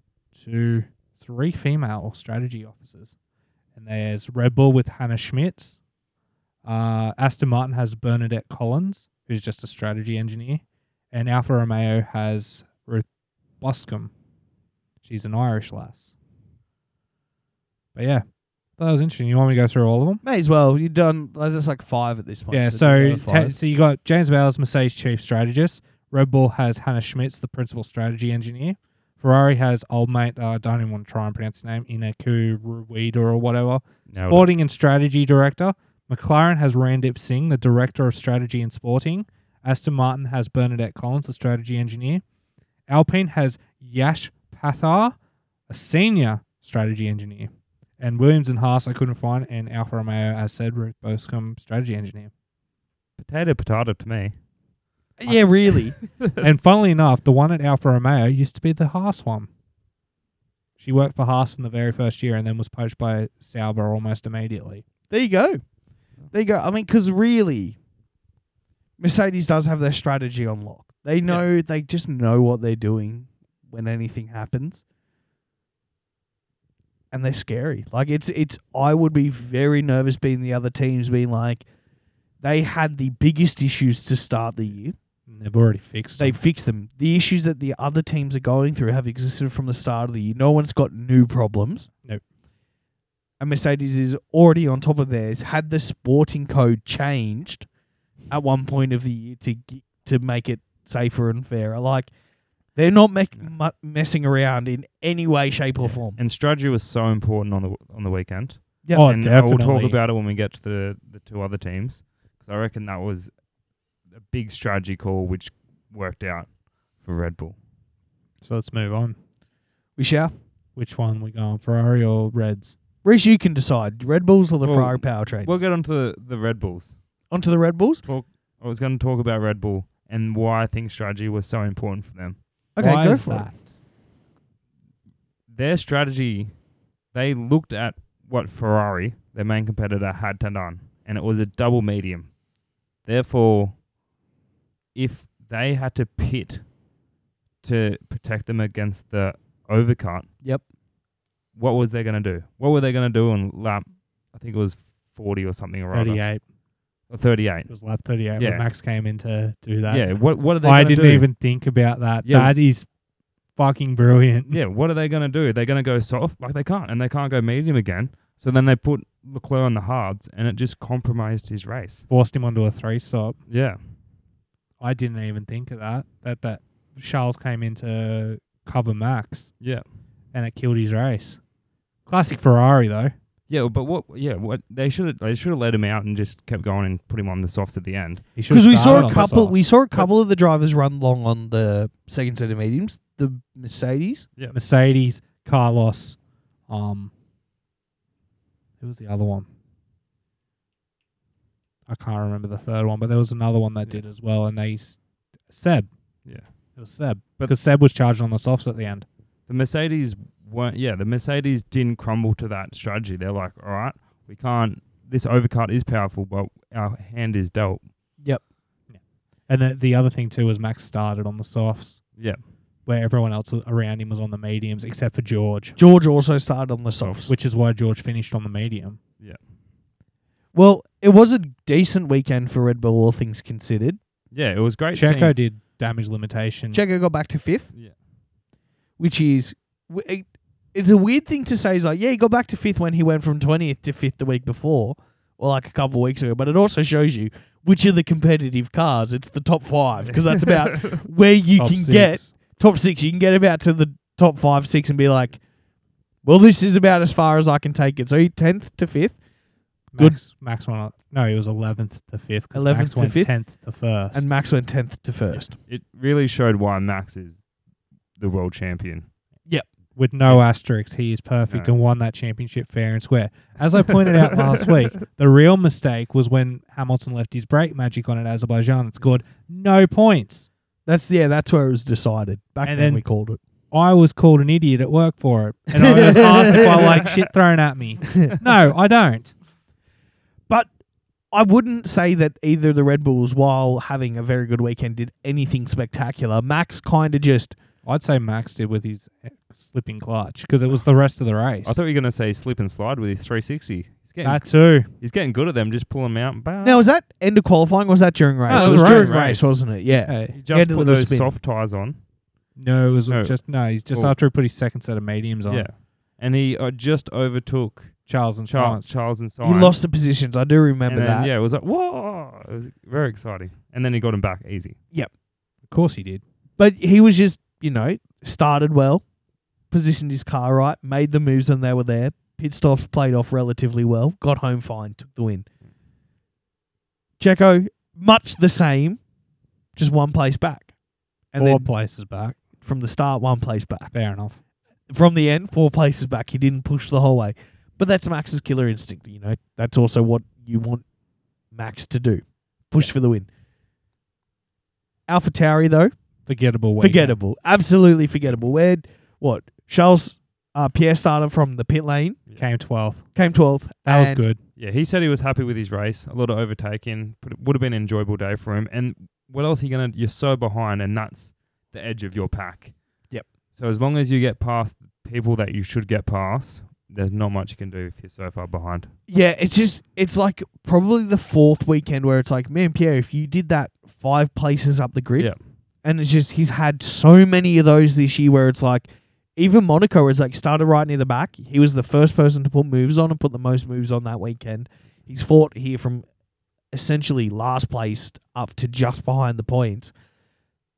Speaker 2: two, three female strategy officers, and there's Red Bull with Hannah Schmitz. Uh, Aston Martin has Bernadette Collins, who's just a strategy engineer, and Alfa Romeo has Ruth Boscombe. She's an Irish lass. But yeah, that was interesting. You want me to go through all of them?
Speaker 1: may as well. You've done that's like five at this point.
Speaker 2: yeah. So,
Speaker 1: do the other
Speaker 2: te-
Speaker 1: five.
Speaker 2: so you got James Bowles, Mercedes chief strategist. Red Bull has Hannah Schmitz, the principal strategy engineer. Ferrari has old mate. Uh, I don't even want to try and pronounce his name. Inaku Ruida or whatever.
Speaker 3: Nailed it.
Speaker 2: Sporting and strategy director. McLaren has Randeep Singh, the director of strategy and sporting. Aston Martin has Bernadette Collins, the strategy engineer. Alpine has Yash Pathar, a senior strategy engineer. And Williams and Haas, I couldn't find. And Alfa Romeo, as said, Ruth Boscombe, strategy engineer.
Speaker 3: Potato, potato to me.
Speaker 1: yeah, really.
Speaker 2: and funnily enough, the one at Alfa Romeo used to be the Haas one. She worked for Haas in the very first year and then was poached by Sauber almost immediately.
Speaker 1: there you go. There you go. I mean, because really, Mercedes does have their strategy on lock. They know they just know what they're doing when anything happens. And they're scary. Like it's it's I would be very nervous being the other teams being like they had the biggest issues to start the year.
Speaker 2: And they've already fixed
Speaker 1: They
Speaker 2: them.
Speaker 1: fixed them. The issues that the other teams are going through have existed from the start of the year. No one's got new problems.
Speaker 2: Nope.
Speaker 1: And Mercedes is already on top of theirs. Had the sporting code changed at one point of the year to g- to make it safer and fairer, like they're not mek mu- messing around in any way, shape, or form.
Speaker 3: And strategy was so important on the on the weekend.
Speaker 1: Yeah.
Speaker 2: Oh,
Speaker 3: and
Speaker 2: definitely.
Speaker 3: We'll talk about it when we get to the, the two other teams because I reckon that was a big strategy call which worked out for Red Bull.
Speaker 2: So let's move on.
Speaker 1: We shall.
Speaker 2: Which one we going, Ferrari or Reds?
Speaker 1: Reese, you can decide. Red Bulls or the
Speaker 3: Well,
Speaker 1: Ferrari powertrain.
Speaker 3: We'll get on to the, the Red Bulls.
Speaker 1: Onto the Red Bulls.
Speaker 3: I was going to talk about Red Bull and why I think strategy was so important for them.
Speaker 1: Okay,
Speaker 2: Why
Speaker 1: go
Speaker 2: is
Speaker 1: for
Speaker 2: that?
Speaker 3: Their strategy, they looked at what Ferrari, their main competitor, had to done, and it was a double medium. Therefore, if they had to pit to protect them against the overcut,
Speaker 1: Yep.
Speaker 3: what was they going to do? What were they going to do on lap? I think it was forty or something, or other,
Speaker 2: 38.
Speaker 3: or thirty-eight.
Speaker 2: It was lap 38
Speaker 3: Yeah.
Speaker 2: when Max came in to do that.
Speaker 3: Yeah. What What are they?
Speaker 2: I
Speaker 3: gonna
Speaker 2: didn't
Speaker 3: do?
Speaker 2: even think about that.
Speaker 3: Yeah.
Speaker 2: That is fucking brilliant.
Speaker 3: Yeah, what are they going to do? They're going to go soft? Like they can't, and they can't go medium again. So then they put Leclerc on the hards, and it just compromised his race.
Speaker 2: Forced him onto a three stop.
Speaker 3: Yeah,
Speaker 2: I didn't even think of that. That that Charles came in to cover Max
Speaker 3: yeah,
Speaker 2: and it killed his race. Classic Ferrari though.
Speaker 3: yeah. But what? Yeah, what they should have they should have let him out and just kept going and put him on the softs at the end.
Speaker 2: He should've
Speaker 1: Because we
Speaker 2: started
Speaker 1: saw
Speaker 2: on
Speaker 1: a
Speaker 2: the
Speaker 1: couple, we
Speaker 2: softs.
Speaker 1: saw a couple of the drivers run long on the second set of mediums. The Mercedes,
Speaker 2: Mercedes, Carlos, um, who was the other one? I can't remember the third one, but there was another one that
Speaker 3: Yeah.
Speaker 2: did as well, and they s- Seb.
Speaker 3: Yeah.
Speaker 2: it was Seb,
Speaker 3: But-
Speaker 2: because Seb was charged on the softs at the end.
Speaker 3: The Mercedes weren't. Yeah, the Mercedes didn't crumble to that strategy. They're like, all right, we can't. This overcut is powerful, but our hand is dealt.
Speaker 2: And the, the other thing too was Max started on the softs,
Speaker 3: Yeah,
Speaker 2: where everyone else wa- around him was on the mediums except for George,
Speaker 1: George also started on the softs.
Speaker 2: which is why George finished on the medium.
Speaker 1: Well, it was a decent weekend for Red Bull, all things considered.
Speaker 3: yeah. It was great.
Speaker 2: Checo
Speaker 3: seeing-
Speaker 2: did damage limitation.
Speaker 1: Checo got back to fifth,
Speaker 3: Yeah,
Speaker 1: which is w- it- it's a weird thing to say. Is like, yeah, he got back to fifth when he went from twentieth to fifth the week before, or like a couple of weeks ago. But it also shows you which are the competitive cars. It's the top five because that's about where you
Speaker 2: top
Speaker 1: can
Speaker 2: six.
Speaker 1: get top six, you can get about to the top five, six, and be like, well, this is about as far as I can take it. So he tenth to fifth, Good.
Speaker 2: Max, Max won. a- No, he was eleventh to fifth. 'cause
Speaker 1: 11th
Speaker 2: Max
Speaker 1: to
Speaker 2: went
Speaker 1: fifth.
Speaker 2: tenth to first.
Speaker 1: and Max went tenth to first.
Speaker 3: It really showed why Max is the world champion.
Speaker 2: with no asterisks. He is perfect
Speaker 3: No.
Speaker 2: and won that championship fair and square. As I pointed out last week, the real mistake was when Hamilton left his brake magic on at Azerbaijan and scored no points.
Speaker 1: That's yeah, that's where it was decided. Back
Speaker 2: And
Speaker 1: then,
Speaker 2: then-
Speaker 1: we called it.
Speaker 2: I was called an idiot at work for it, and I was asked if I like shit thrown at me. No, I don't.
Speaker 1: But I wouldn't say that either of the Red Bulls, while having a very good weekend, did anything spectacular. Max kind of just
Speaker 2: I'd say Max did with his eh, slipping clutch because it was the rest of the race.
Speaker 3: I thought you were going to say slip and slide with his 360. He's getting,
Speaker 2: that too.
Speaker 3: he's getting good at them. Just pull them out. And bow.
Speaker 1: now was that end of qualifying? or Was that during race?
Speaker 2: it was
Speaker 1: during
Speaker 2: race.
Speaker 1: race, wasn't it? Yeah.
Speaker 2: Hey.
Speaker 3: he
Speaker 1: he had
Speaker 3: just
Speaker 1: a
Speaker 3: put
Speaker 1: little
Speaker 3: those
Speaker 1: spin.
Speaker 3: soft tires on.
Speaker 2: No, it was
Speaker 3: No.
Speaker 2: just no. He's just
Speaker 3: Oh.
Speaker 2: after he put his second set of mediums on
Speaker 3: Yeah, and he uh, just overtook
Speaker 2: Charles and
Speaker 3: Charles,
Speaker 2: Charles.
Speaker 3: Charles and
Speaker 1: He
Speaker 3: Simon.
Speaker 1: lost the positions. I do remember
Speaker 3: and then,
Speaker 1: that.
Speaker 3: Yeah, it was like whoa, it was very exciting. And then he got him back easy.
Speaker 2: Of course he did.
Speaker 1: But he was just, you know, started well, positioned his car right, made the moves when they were there. Pit stops played off relatively well, got home fine, took the win. Checo, much the same, just one place back. And
Speaker 2: Four
Speaker 1: then
Speaker 2: places back.
Speaker 1: from the start, one place back.
Speaker 2: Fair enough.
Speaker 1: From the end, four places back. He didn't push the whole way. But that's Max's killer instinct, you know. That's also what you want Max to do. Push for the win. Alpha Tauri though,
Speaker 2: Forgettable. Weekend.
Speaker 1: forgettable, absolutely forgettable. Where what Charles uh, Pierre started from the pit lane,
Speaker 2: Came twelfth.
Speaker 1: came twelfth.
Speaker 2: That was
Speaker 1: and
Speaker 2: good.
Speaker 3: Yeah, he said he was happy with his race. A lot of overtaking, but it would have been an enjoyable day for him. And what else are you gonna? You're so behind, and that's the edge of your pack.
Speaker 1: Yep.
Speaker 3: So as long as you get past the people that you should get past, there's not much you can do if you're so far behind.
Speaker 1: Yeah, it's just it's like probably the fourth weekend where it's like, man, Pierre, if you did that five places up the grid,
Speaker 3: Yeah.
Speaker 1: and it's just he's had so many of those this year where it's like. Even Monaco was like started right near the back. He was the first person to put moves on and put the most moves on that weekend. He's fought here from essentially last place up to just behind the points.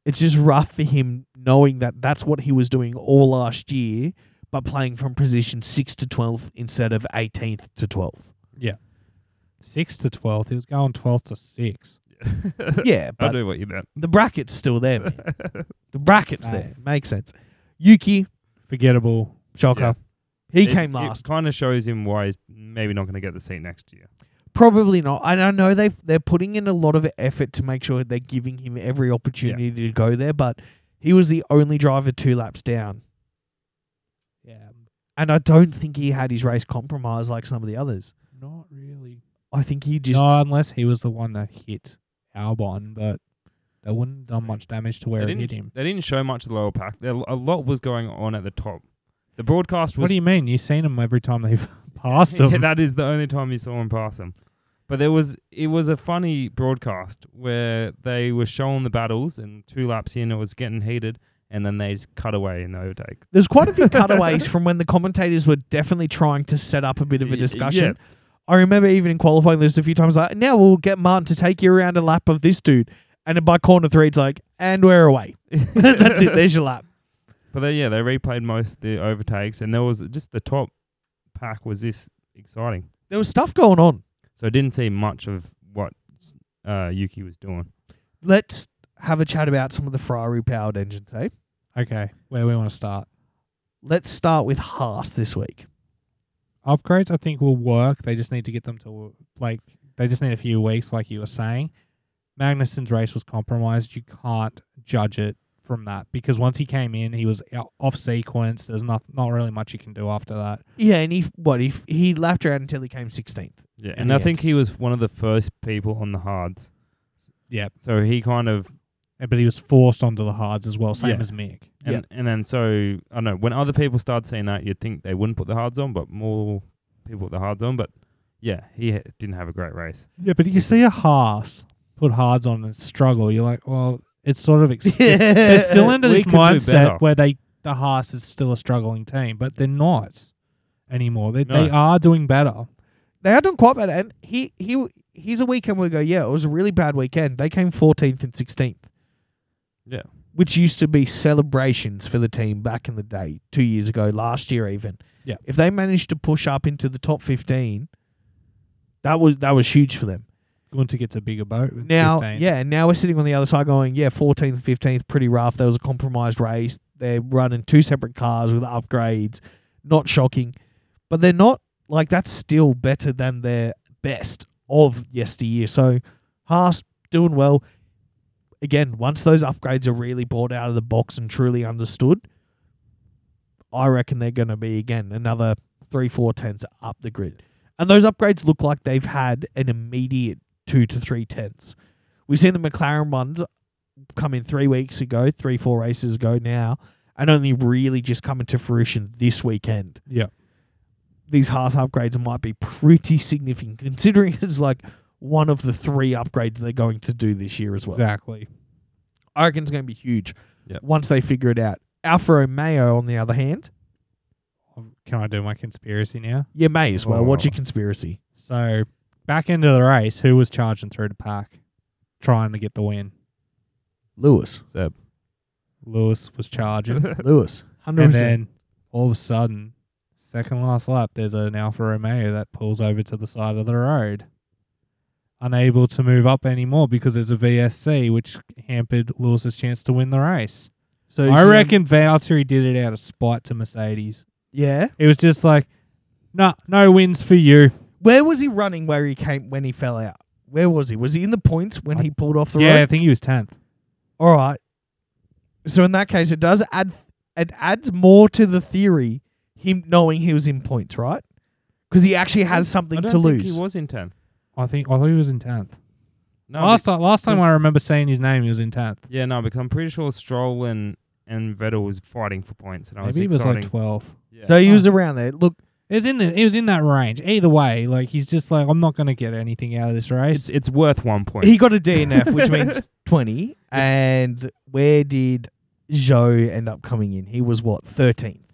Speaker 1: it's just rough for him knowing that that's what he was doing all last year, but playing from position 6 to 12th instead of 18th to 12th.
Speaker 2: Six to twelfth. He was going twelfth to six.
Speaker 1: Yeah,
Speaker 3: I
Speaker 1: but
Speaker 3: do what you meant.
Speaker 1: the bracket's still there, man. The bracket's
Speaker 2: Sad.
Speaker 1: there. Makes sense. Yuki,
Speaker 2: Forgettable.
Speaker 1: shocker. He came last.
Speaker 3: It kind of shows him why he's maybe not going to get the seat next year.
Speaker 1: Probably not. And I know they they're putting in a lot of effort to make sure they're giving him every opportunity to go there, but he was the only driver two laps down.
Speaker 2: Yeah.
Speaker 1: And I don't think he had his race compromised like some of the others.
Speaker 2: Not really.
Speaker 1: I think he just
Speaker 2: no, unless he was the one that hit Albon, but that wouldn't have done much damage to where
Speaker 3: They
Speaker 2: it hit
Speaker 3: didn't,
Speaker 2: him.
Speaker 3: they didn't show much of the lower pack. There, a lot was going on at the top. The broadcast was.
Speaker 2: What do you mean? You've seen him every time they've passed
Speaker 3: Yeah,
Speaker 2: him.
Speaker 3: that is the only time you saw him pass him. But there was it was a funny broadcast where they were showing the battles and two laps in it was getting heated and then they just cut away in the overtake.
Speaker 1: There's quite a few cutaways from when the commentators were definitely trying to set up a bit of a
Speaker 3: Y-
Speaker 1: discussion. I remember even in qualifying, there's a few times like, now we'll get Martin to take you around a lap of this dude. And then by corner three, it's like, and we're away. That's it. There's your lap.
Speaker 3: But they, yeah, they replayed most of the overtakes and there was just the top pack was this exciting.
Speaker 1: There was stuff going on.
Speaker 3: So I didn't see much of what uh, Yuki was doing.
Speaker 1: Let's have a chat about some of the Ferrari powered engines, eh?
Speaker 2: okay, where we want to start.
Speaker 1: Let's start with Haas this week.
Speaker 2: Upgrades, I think, will work. They just need to get them to, like, they just need a few weeks, like you were saying. Magnuson's race was compromised. You can't judge it from that because once he came in, he was out- off sequence. There's not, not really much you can do after that.
Speaker 1: Yeah, and he, what, he, he lapped around until he came 16th.
Speaker 3: Yeah,
Speaker 1: In
Speaker 3: and
Speaker 1: the
Speaker 3: I
Speaker 1: end.
Speaker 3: think he was one of the first people on the hards.
Speaker 2: Yep.
Speaker 3: So he kind of
Speaker 2: Uh, but he was forced onto the hards as well, same
Speaker 3: Yeah.
Speaker 2: as Mick.
Speaker 3: And,
Speaker 1: Yeah.
Speaker 3: and then so I don't know when other people start seeing that, you'd think they wouldn't put the hards on, but more people put the hards on. But yeah, he ha- didn't have a great race.
Speaker 2: Yeah, but you see a Haas put hards on and struggle. You're like, well, it's sort of ex- they're still into
Speaker 3: We
Speaker 2: this
Speaker 3: could do better.
Speaker 2: mindset where they the Haas is still a struggling team, but they're not anymore. They they
Speaker 3: No.
Speaker 2: are doing better.
Speaker 1: they had done quite bad. And he he he's a weekend where we go, yeah, it was a really bad weekend. They came 14th and 16th.
Speaker 3: Yeah.
Speaker 1: which used to be celebrations for the team back in the day, two years ago, last year even.
Speaker 2: Yeah.
Speaker 1: If they managed to push up into the top fifteen, that was that was huge for them.
Speaker 2: Going to get a bigger boat. with
Speaker 1: Now,
Speaker 2: 15.
Speaker 1: yeah, and now we're sitting on the other side going, yeah, 14th and 15th, pretty rough. There was a compromised race. They're running two separate cars with upgrades. Not shocking. But they're not, like, that's still better than their best of yesteryear. So Haas doing well. Again, once those upgrades are really brought out of the box and truly understood, I reckon they're going to be, again, another three, four tenths up the grid. And those upgrades look like they've had an immediate two to three tenths. We've seen the McLaren ones come in three weeks ago, three, four races ago now, and only really just come into fruition this weekend.
Speaker 2: Yeah.
Speaker 1: These Haas upgrades might be pretty significant, considering it's like one of the three upgrades they're going to do this year as well.
Speaker 2: Exactly.
Speaker 1: I reckon it's going to be huge
Speaker 3: Yep.
Speaker 1: once they figure it out. Alfa Romeo, on the other hand,
Speaker 2: Can I do my conspiracy now?
Speaker 1: you may as well. What's
Speaker 3: Oh.
Speaker 1: your conspiracy?
Speaker 2: So back into the race, who was charging through the pack, trying to get the win?
Speaker 1: Lewis.
Speaker 3: Seb.
Speaker 2: Lewis was charging,
Speaker 1: Lewis. 100%.
Speaker 2: and then all of a sudden, second last lap, there's an Alfa Romeo that pulls over to the side of the road, unable to move up anymore because there's a VSC, which hampered Lewis's chance to win the race.
Speaker 1: so
Speaker 2: I
Speaker 1: Sam-
Speaker 2: reckon Valtteri did it out of spite to Mercedes.
Speaker 1: Yeah.
Speaker 2: It was just like, no, no wins for you.
Speaker 1: Where was he running where he came when he fell out? Where was he? Was he in the points when
Speaker 2: I-
Speaker 1: he pulled off the
Speaker 2: yeah, I
Speaker 1: road?
Speaker 2: think he was tenth.
Speaker 1: All right. So in that case, it does add it adds more to the theory him knowing he was in points, right? Because he actually has something
Speaker 3: I don't
Speaker 1: to
Speaker 3: think
Speaker 1: lose.
Speaker 3: He was in tenth.
Speaker 2: I think I thought he was in tenth.
Speaker 3: No,
Speaker 2: last time, last time I
Speaker 1: because-
Speaker 2: remember seeing his name, he was in tenth.
Speaker 3: be- yeah, no, because I'm pretty sure Stroll and, and Vettel was fighting for points, and I was
Speaker 2: Maybe he was
Speaker 3: exciting.
Speaker 2: like twelve.
Speaker 3: yeah.
Speaker 1: So he was around there. Look,
Speaker 2: It was in the, it was in that range. Either way, like he's just like, I'm not gonna get anything out of this race.
Speaker 3: it's it's worth one point.
Speaker 1: he got a DNF, which means twenty. And where did Joe end up coming in? He was what thirteenth.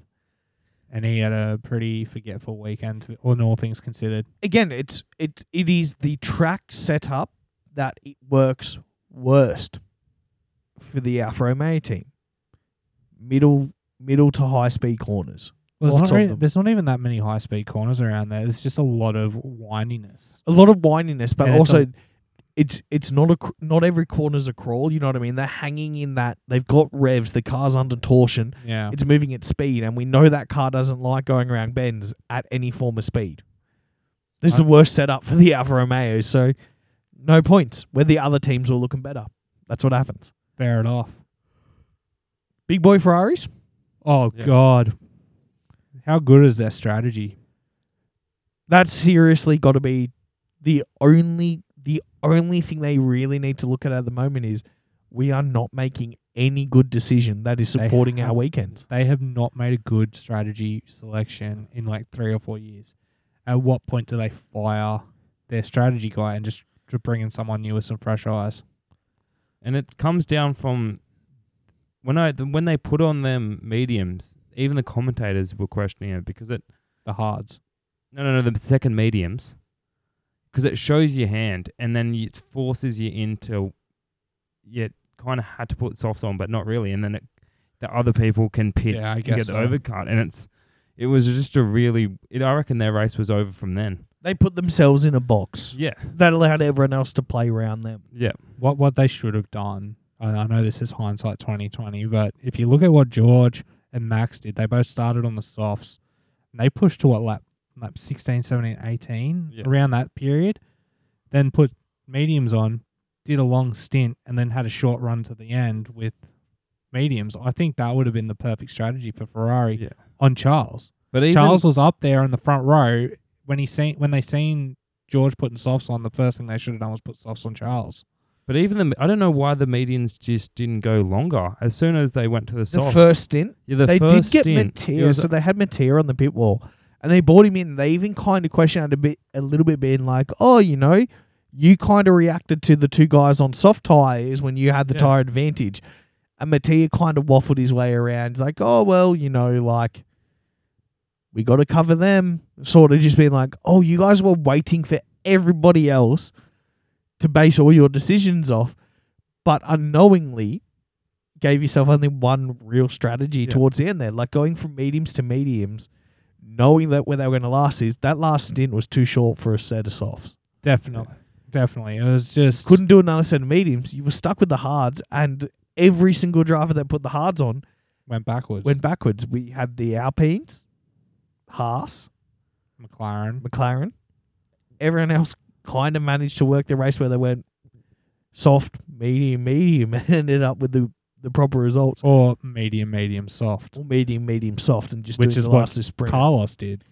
Speaker 2: and he had a pretty forgetful weekend, to- on all things considered.
Speaker 1: again, it's it it is the track setup that it works worst for the Alfa Romeo team. Middle middle to high speed corners.
Speaker 2: Well,
Speaker 1: Lots
Speaker 2: there's,
Speaker 1: of
Speaker 2: not really,
Speaker 1: them.
Speaker 2: there's not even that many high speed corners around there. There's just a lot of windiness.
Speaker 1: A lot of windiness, but
Speaker 2: And it's
Speaker 1: also it's it's not a cr- not every corner's a crawl. You know what I mean? They're hanging in that they've got revs. The car's under torsion.
Speaker 2: Yeah,
Speaker 1: It's moving at speed, and we know that car doesn't like going around bends at any form of speed. This is the worst setup for the Alfa Romeo, so no points. Where the other teams were looking better. That's what happens.
Speaker 2: fair it off.
Speaker 1: Big boy Ferraris,
Speaker 2: Oh
Speaker 3: Yeah.
Speaker 2: God, how good is their strategy?
Speaker 1: that's seriously got to be the only the only thing they really need to look at at the moment is we are not making any good decision that is
Speaker 2: They
Speaker 1: supporting our
Speaker 2: haven't.
Speaker 1: weekends.
Speaker 2: They have not made a good strategy selection in like three or four years. At what point do they fire their strategy guy and just to bring in someone new with some fresh eyes?
Speaker 3: and it comes down from when I th- when they put on them mediums. Even the commentators were questioning it because it
Speaker 2: The hards.
Speaker 3: no no no the second mediums because it shows your hand and then it forces you into you kind of had to put softs on but not really and then it, the other people can pit
Speaker 2: yeah, I
Speaker 3: and
Speaker 2: guess
Speaker 3: get the
Speaker 2: so.
Speaker 3: overcut and it's it was just a really it, I reckon their race was over from then
Speaker 1: They put themselves in a box
Speaker 3: yeah
Speaker 1: that allowed everyone else to play around them.
Speaker 3: yeah
Speaker 2: what what they should have done. I, I know this is hindsight twenty twenty, but if you look at what George and Max did, they both started on the softs. And they pushed to what lap lap 16, 17, 18,
Speaker 3: Yeah.
Speaker 2: around that period, then put mediums on, did a long stint, and then had a short run to the end with mediums. I think that would have been the perfect strategy for Ferrari
Speaker 3: Yeah.
Speaker 2: on Charles.
Speaker 3: but even
Speaker 2: Charles was up there in the front row when he seen when they seen George putting softs on. The first thing they should have done was put softs on Charles.
Speaker 3: but even the I don't know why the medians just didn't go longer as soon as they went to the,
Speaker 1: The
Speaker 3: softs
Speaker 1: first stint
Speaker 3: yeah, the
Speaker 1: they did
Speaker 3: first
Speaker 1: get
Speaker 3: stint, it
Speaker 1: Mattia,
Speaker 3: was
Speaker 1: so they had Mattia on the pit wall, and they brought him in. They even kind of questioned it a bit, a little bit, being like, "Oh, you know, you kind of reacted to the two guys on soft tires when you had the
Speaker 3: Yeah.
Speaker 1: tire advantage." And Mattia kind of waffled his way around. He's like, "Oh well, you know, like we got to cover them." Sort of just being like, "Oh, you guys were waiting for everybody else to base all your decisions off, but unknowingly." gave yourself only one real strategy
Speaker 2: Yeah.
Speaker 1: towards the end there, like going from mediums to mediums, knowing that where they were going to last is that last stint was too short for a set of softs.
Speaker 2: Definitely. Definitely. It was just.
Speaker 1: Couldn't do another set of mediums. You were stuck with the hards, and every single driver that put the hards on
Speaker 2: Went backwards.
Speaker 1: went backwards. We had the Alpines, Haas,
Speaker 2: McLaren.
Speaker 1: McLaren. Everyone else kind of managed to work their race where they went soft, medium, medium, and ended up with the, the proper results.
Speaker 2: Or medium, medium, soft.
Speaker 1: Or medium, medium, soft, and just
Speaker 2: Which
Speaker 1: doing
Speaker 2: is
Speaker 1: the
Speaker 2: what
Speaker 1: last sprint.
Speaker 2: Carlos did.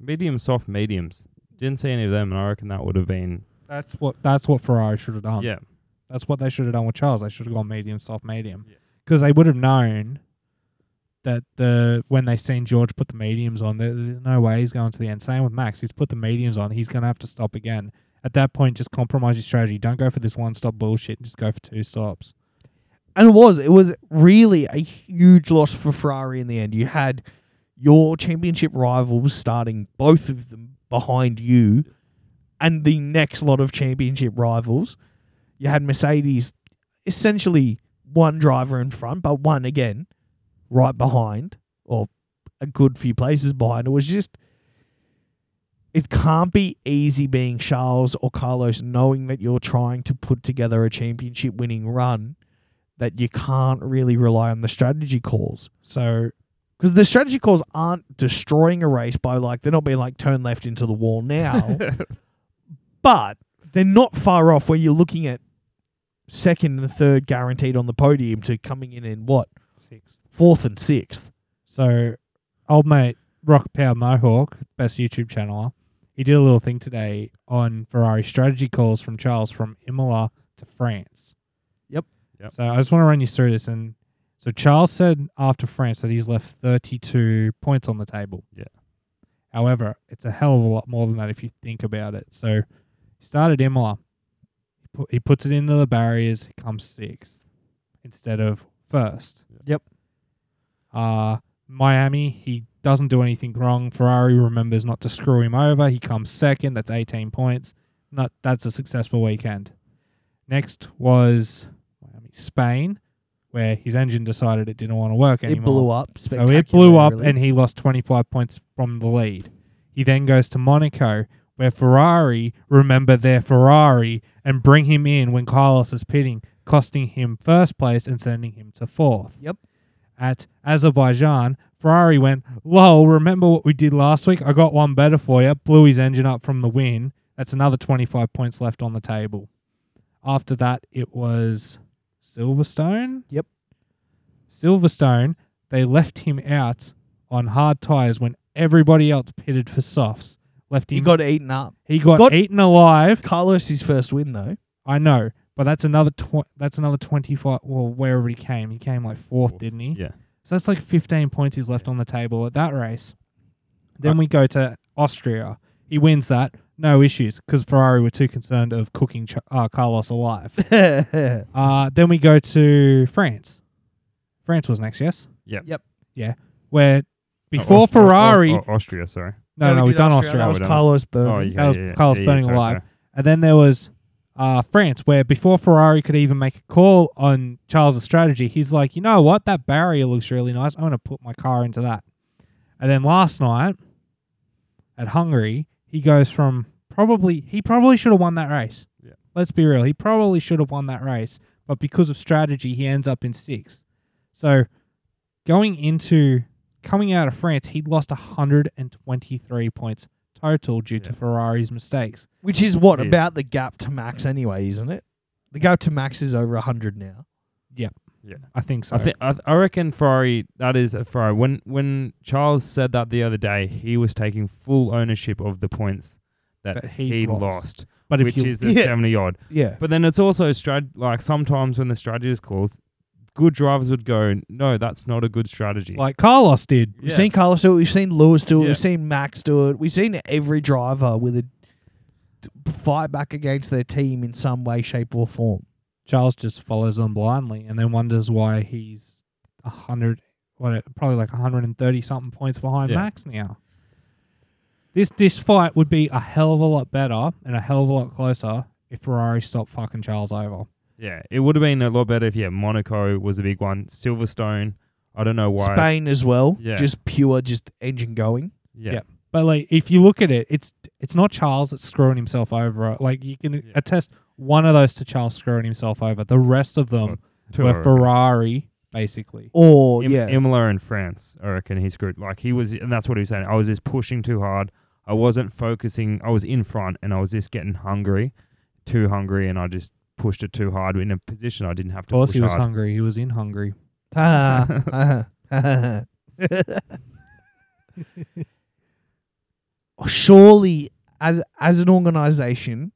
Speaker 3: Medium, soft, mediums. Didn't see any of them, and I reckon that would have been.
Speaker 2: That's what that's what Ferrari should have done.
Speaker 3: yeah.
Speaker 2: That's what they should have done with Charles. They should have gone medium, soft, medium.
Speaker 3: Yeah.
Speaker 2: Because they would have known that the when they seen George put the mediums on, there, there's no way he's going to the end. Same with Max. He's put the mediums on. He's going to have to stop again. At that point, just compromise your strategy. Don't go for this one stop bullshit. Just go for two stops.
Speaker 1: And it was. It was really a huge loss for Ferrari in the end. You had your championship rivals starting both of them behind you and the next lot of championship rivals. You had Mercedes essentially one driver in front, but one again right behind or a good few places behind. It was just it can't be easy being Charles or Carlos knowing that you're trying to put together a championship winning run that you can't really rely on the strategy calls
Speaker 2: So
Speaker 1: because the strategy calls aren't destroying a race by like they're not being like turn left into the wall now, but they're not far off where you're looking at second and third guaranteed on the podium to coming in in what
Speaker 2: sixth.
Speaker 1: fourth and sixth.
Speaker 2: So, old mate Rock Power Mohawk, best YouTube channeler, he did a little thing today on Ferrari strategy calls from Charles from Imola to France.
Speaker 1: Yep.
Speaker 3: Yep.
Speaker 2: So I just want to run you through this. And so Charles said after France that he's left 32 points on the table.
Speaker 3: Yeah.
Speaker 2: However, it's a hell of a lot more than that if you think about it. So he started Imola. He, pu- he puts it into the barriers. He comes sixth instead of first.
Speaker 1: Yep.
Speaker 2: Uh, Miami, he doesn't do anything wrong. Ferrari remembers not to screw him over. He comes second. That's 18 points. Not that's a successful weekend. Next was Miami, Spain, where his engine decided it didn't want to work anymore.
Speaker 1: It blew up.
Speaker 2: So Oh, it blew up and he lost 25 points from the lead. He then goes to Monaco, where Ferrari remember their Ferrari and bring him in when Carlos is pitting, costing him first place and sending him to fourth.
Speaker 1: Yep.
Speaker 2: At Azerbaijan, Ferrari went, lol, remember what we did last week? I got one better for you. Blew his engine up from the win. That's another 25 points left on the table. After that, it was Silverstone.
Speaker 1: Yep.
Speaker 2: Silverstone, they left him out on hard tyres when everybody else pitted for softs. Left him.
Speaker 1: he got eaten up.
Speaker 2: he got,
Speaker 1: got-
Speaker 2: eaten alive.
Speaker 1: Carlos's first win though.
Speaker 2: I know, but that's another. Tw- that's another twenty-five. Well, wherever he came, he came like fourth,
Speaker 3: Fourth,
Speaker 2: didn't he?
Speaker 3: Yeah.
Speaker 2: So that's like fifteen points he's left on the table at that race.
Speaker 3: Uh,
Speaker 2: Then we go to Austria. He wins that, no issues, because Ferrari were too concerned of cooking Ch- uh, Carlos alive.
Speaker 1: Yep.
Speaker 2: Uh, then we go to France. France was next, yes?
Speaker 3: Yep.
Speaker 1: Yep.
Speaker 2: Yeah. Where
Speaker 3: Oh,
Speaker 2: before
Speaker 3: Aust- oh, oh,
Speaker 2: Ferrari.
Speaker 3: oh, Austria, sorry.
Speaker 2: No, no, we've done Austria.
Speaker 1: That was
Speaker 3: We've done-
Speaker 1: Carlos
Speaker 3: Oh,
Speaker 1: Burn.
Speaker 3: yeah,
Speaker 2: That was
Speaker 3: yeah, yeah,
Speaker 2: Carlos
Speaker 3: yeah,
Speaker 2: Uh, burning
Speaker 3: sorry,
Speaker 2: alive. And then there was uh, France, where before Ferrari could even make a call on Charles' strategy, he's like, you know what? That barrier looks really nice. I'm going to put my car into that. And then last night at Hungary, he goes from probably, he probably should have won that race.
Speaker 3: Yeah.
Speaker 2: Let's be real. He probably should have won that race. But because of strategy, he ends up in sixth. So going into, coming out of France, he lost 123 points total due to
Speaker 3: Yeah.
Speaker 2: Ferrari's mistakes.
Speaker 1: Which is what
Speaker 3: Yes.
Speaker 1: about the gap to Max anyway, isn't it? The gap to Max is over hundred now.
Speaker 2: I think so.
Speaker 3: I think I, I reckon Ferrari. That is a Ferrari. When when Charles said that the other day, he was taking full ownership of the points that,
Speaker 2: That he
Speaker 3: he,
Speaker 2: lost.
Speaker 3: lost,
Speaker 2: but if
Speaker 3: which
Speaker 2: you,
Speaker 3: is the
Speaker 1: Yeah.
Speaker 3: seventy odd.
Speaker 1: Yeah.
Speaker 3: But then it's also strat- like sometimes when the strategy is called, good drivers would go, "No, that's not a good strategy."
Speaker 2: like Carlos did,
Speaker 1: We've
Speaker 3: Yeah.
Speaker 1: seen Carlos do it. We've seen Lewis do it.
Speaker 3: Yeah.
Speaker 1: We've seen Max do it. We've seen every driver with a t- fight back against their team in some way, shape, or form.
Speaker 2: Charles just follows them blindly and then wonders why he's a hundred, what probably like hundred and thirty something points behind
Speaker 3: Yeah.
Speaker 2: Max now. This this fight would be a hell of a lot better and a hell of a lot closer if Ferrari stopped fucking Charles over.
Speaker 3: Yeah, it would have been a lot better if yeah, Monaco was a big one. Silverstone, I don't know why.
Speaker 1: Spain as well.
Speaker 3: Yeah.
Speaker 1: Just pure, just engine going.
Speaker 3: Yeah,
Speaker 2: Yep. But like, if you look at it, it's it's not Charles that's screwing himself over. Like you can
Speaker 3: Yeah.
Speaker 2: attest one of those to Charles screwing himself over. The rest of them
Speaker 3: Two
Speaker 2: were
Speaker 3: are-
Speaker 2: Ferrari, basically.
Speaker 1: Or
Speaker 3: Im-
Speaker 1: yeah,
Speaker 3: Imola in France, I reckon he screwed. Like he was, and that's what he was saying. I was just pushing too hard. I wasn't focusing. I was in front, and I was just getting hungry, too hungry, and I just pushed it too hard in a position I didn't have
Speaker 2: Of
Speaker 3: to
Speaker 2: course,
Speaker 3: push
Speaker 2: he was
Speaker 3: hard.
Speaker 2: hungry. He was in Hungary.
Speaker 1: Ha, ha, ha, ha, ha. surely, as as an organisation,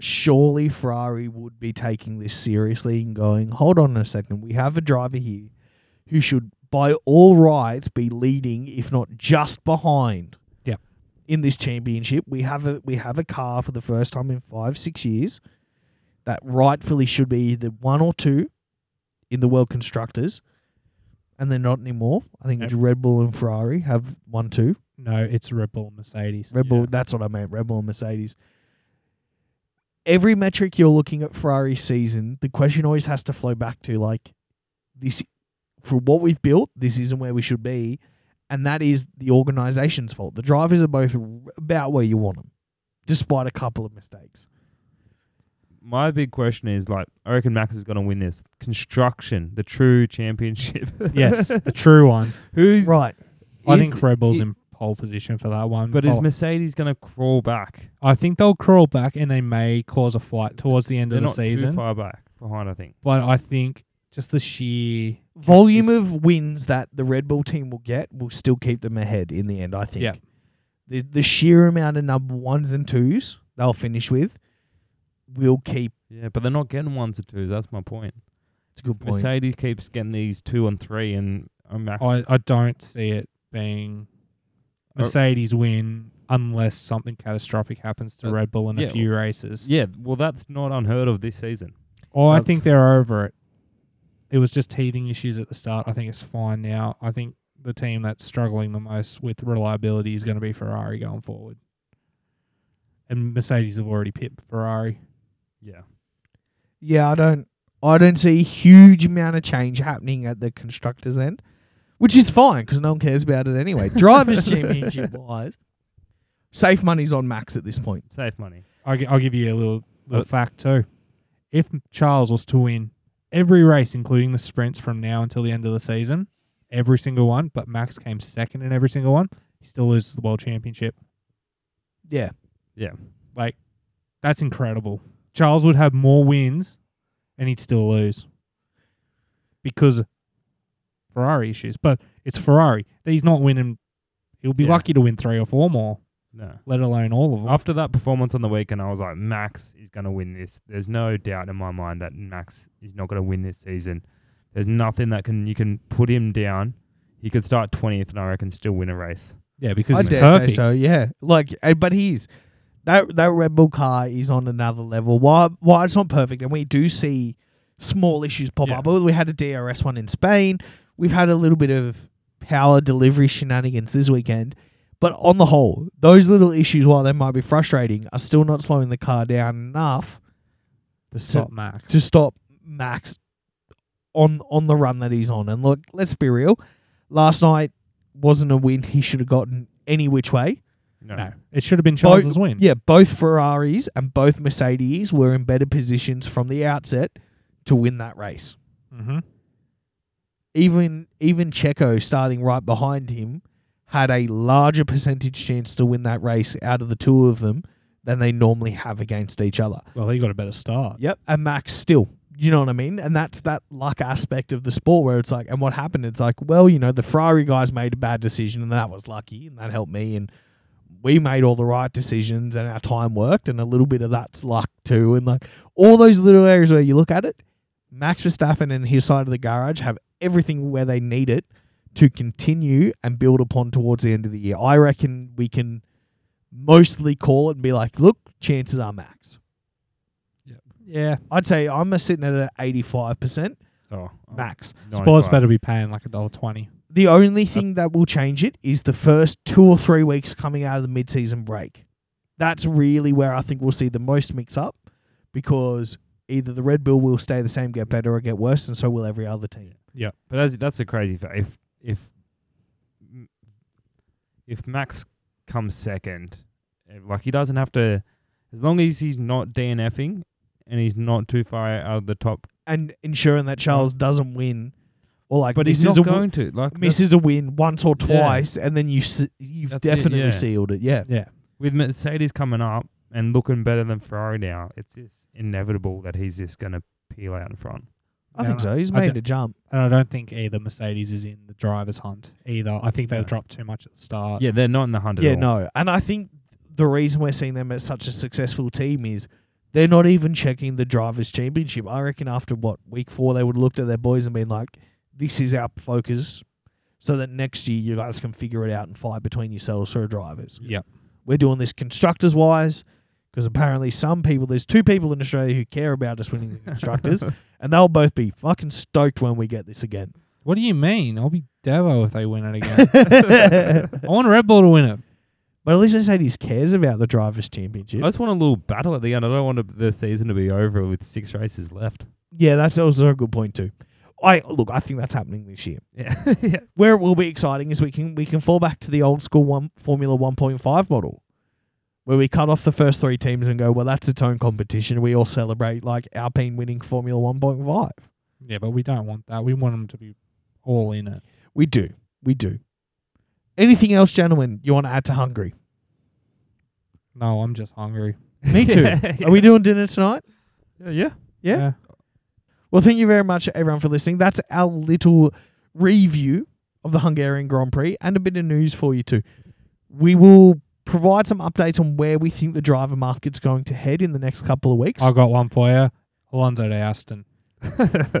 Speaker 1: surely Ferrari would be taking this seriously and going, hold on a second, we have a driver here who should, by all rights, be leading, if not just behind.
Speaker 2: Yep.
Speaker 1: In this championship, we have a we have a car for the first time in five six years that rightfully should be either one or two in the world constructors, and they're not anymore. I think
Speaker 2: Yep.
Speaker 1: it's Red Bull and Ferrari have one two.
Speaker 2: No, it's Red Bull, Mercedes.
Speaker 1: Red Bull.
Speaker 3: Yeah.
Speaker 1: That's what I meant. Red Bull and Mercedes. Every metric you're looking at Ferrari season, the question always has to flow back to like this. For what we've built, this isn't where we should be, and that is the organisation's fault. The drivers are both r- about where you want them, despite a couple of mistakes.
Speaker 3: My big question is like, I reckon Max is going to win this construction, the true championship.
Speaker 2: yes, the true one.
Speaker 3: who's
Speaker 1: Right.
Speaker 2: I
Speaker 3: is-
Speaker 2: think Red Bull's
Speaker 3: i-
Speaker 2: in pole position for that one.
Speaker 3: But is
Speaker 2: Fol-
Speaker 3: Mercedes going to crawl back?
Speaker 2: I think they'll crawl back and they may cause a fight towards the end
Speaker 3: They're
Speaker 2: of the
Speaker 3: not too
Speaker 2: season.
Speaker 3: far back behind. I think.
Speaker 2: But I think just the sheer
Speaker 1: volume
Speaker 2: consist-
Speaker 1: of wins that the Red Bull team will get will still keep them ahead in the end, I think.
Speaker 2: Yeah.
Speaker 1: The the sheer amount of number ones and twos they'll finish with will keep
Speaker 3: Yeah, but they're not getting ones or twos. That's my point.
Speaker 1: it's a good point.
Speaker 3: Mercedes keeps getting these two and three, and uh, Max.
Speaker 2: I,
Speaker 3: is-
Speaker 2: I don't see it being
Speaker 3: Oh.
Speaker 2: Mercedes win unless something catastrophic happens to
Speaker 3: That's-
Speaker 2: Red Bull in
Speaker 3: yeah,
Speaker 2: a few races.
Speaker 3: yeah, well, that's not unheard of this season.
Speaker 2: Or Oh, I
Speaker 3: that's-
Speaker 2: think they're over it. It was just teething issues at the start. I think it's fine now. I think the team that's struggling the most with reliability is going to be Ferrari going forward. And Mercedes have already pipped Ferrari.
Speaker 3: Yeah,
Speaker 1: Yeah, I don't I don't see a huge amount of change happening at the constructors end, which is fine because no one cares about it anyway. Drivers championship wise, safe money's on Max at this point.
Speaker 3: safe money.
Speaker 2: I, will give you a little, little fact too. If Charles was to win every race, including the sprints from now until the end of the season, every single one, but Max came second in every single one, he still loses the world championship.
Speaker 1: Yeah.
Speaker 2: That's incredible. Charles would have more wins and he'd still lose because Ferrari issues. But it's Ferrari. He's not winning. He'll be
Speaker 3: Yeah.
Speaker 2: lucky to win three or four more,
Speaker 3: No.
Speaker 2: let alone all of them.
Speaker 3: After that performance on the weekend, I was like, Max is going to win this. There's no doubt in my mind that Max is not going to win this season. There's nothing that can you can put him down. He could start twentieth, and I reckon still win a race.
Speaker 2: Yeah, because
Speaker 1: I
Speaker 2: he's
Speaker 1: dare
Speaker 2: perfect.
Speaker 1: say so. Yeah, like, eh, but he's that that Red Bull car is on another level. Why? Why it's not perfect, and we do see small issues pop
Speaker 3: Yeah.
Speaker 1: up. We had a DRS one in Spain. We've had a little bit of power delivery shenanigans this weekend, but on the whole, those little issues, while they might be frustrating, are still not slowing the car down enough
Speaker 2: The stop Max.
Speaker 1: to stop Max on on the run that he's on. And look, let's be real. Last night wasn't a win he should have gotten any which way.
Speaker 3: No,
Speaker 2: No, it should have been Charles's win.
Speaker 1: Yeah, both Ferraris and both Mercedes were in better positions from the outset to win that race.
Speaker 2: Mm-hmm.
Speaker 1: Even even Checo starting right behind him had a larger percentage chance to win that race out of the two of them than they normally have against each other.
Speaker 2: Well, he got a better start.
Speaker 1: Yep, and Max still. You know what I mean? And that's that luck aspect of the sport where it's like, and what happened? It's like, well, you know, the Ferrari guys made a bad decision and that was lucky and that helped me. And we made all the right decisions and our time worked. And a little bit of that's luck too. And like all those little areas where you look at it, Max Verstappen and his side of the garage have everything where they need it to continue and build upon towards the end of the year. I reckon we can mostly call it and be like, look, chances are Max.
Speaker 2: Yeah.
Speaker 1: I'd say I'm a sitting at an 85%
Speaker 3: oh, oh,
Speaker 1: max.
Speaker 3: 95.
Speaker 2: Sports better be paying like a dollar twenty.
Speaker 1: The only thing that will change it is the first two or three weeks coming out of the mid-season break. That's really where I think we'll see the most mix up because either the Red Bull will stay the same, get better, or get worse, and so will every other team.
Speaker 3: But as, that's a crazy fact. If if if Max comes second, eh, like he doesn't have to, as long as he's not DNFing and he's not too far out of the top.
Speaker 1: And ensuring that Charles doesn't win, or like
Speaker 3: But
Speaker 1: misses
Speaker 3: he's not
Speaker 1: a wi-
Speaker 3: going to. Like that's-
Speaker 1: misses a win once or twice, and then you se- you've
Speaker 3: That's it,
Speaker 1: definitely
Speaker 3: yeah.
Speaker 1: sealed it. Yeah,
Speaker 2: Yeah.
Speaker 3: with Mercedes coming up and looking better than Ferrari now, it's just inevitable that he's just going to peel out in front.
Speaker 1: I
Speaker 2: No,
Speaker 1: think
Speaker 2: no.
Speaker 1: so. He's
Speaker 2: I
Speaker 1: made
Speaker 2: d-
Speaker 1: a jump.
Speaker 2: And I don't think either Mercedes is in the driver's hunt either. I think they've
Speaker 3: No.
Speaker 2: dropped too much at the start.
Speaker 3: yeah, they're not in the hunt at
Speaker 1: Yeah,
Speaker 3: all.
Speaker 1: no, and I think the reason we're seeing them as such a successful team is they're not even checking the drivers' championship. I reckon after what week four, they would have looked at their boys and been like, "This is our focus." So that next year you guys can figure it out and fight between yourselves for drivers.
Speaker 2: Yep.
Speaker 1: We're doing this constructors wise because apparently some people, there's two people in Australia who care about us winning the constructors, and they'll both be fucking stoked when we get this again.
Speaker 2: What do you mean? I'll be Devo if they win it again. I want Red Bull to win it.
Speaker 1: But at least Mercedes cares about the drivers' championship.
Speaker 3: I just want a little battle at the end. I don't want the season to be over with six races left.
Speaker 1: Yeah, that's also a good point too. I look, I think that's happening this year.
Speaker 3: Yeah. yeah.
Speaker 1: Where it will be exciting is we can we can fall back to the old school one Formula One point five model, where we cut off the first three teams and go, well, that's its own competition. We all celebrate like Alpine winning Formula One point five.
Speaker 2: Yeah, but we don't want that. We want them to be all in it.
Speaker 1: We do, we do. Anything else, gentlemen, you want to add to Hungary?
Speaker 2: No, I'm just hungry.
Speaker 1: Me too.
Speaker 3: Yeah,
Speaker 1: Are we doing dinner tonight?
Speaker 3: Yeah.
Speaker 1: Yeah. Well, thank you very much, everyone, for listening. That's our little review of the Hungarian Grand Prix and a bit of news for you, too. We will provide some updates on where we think the driver market's going to head in the next couple of weeks.
Speaker 2: I got one for you. Alonso de Aston.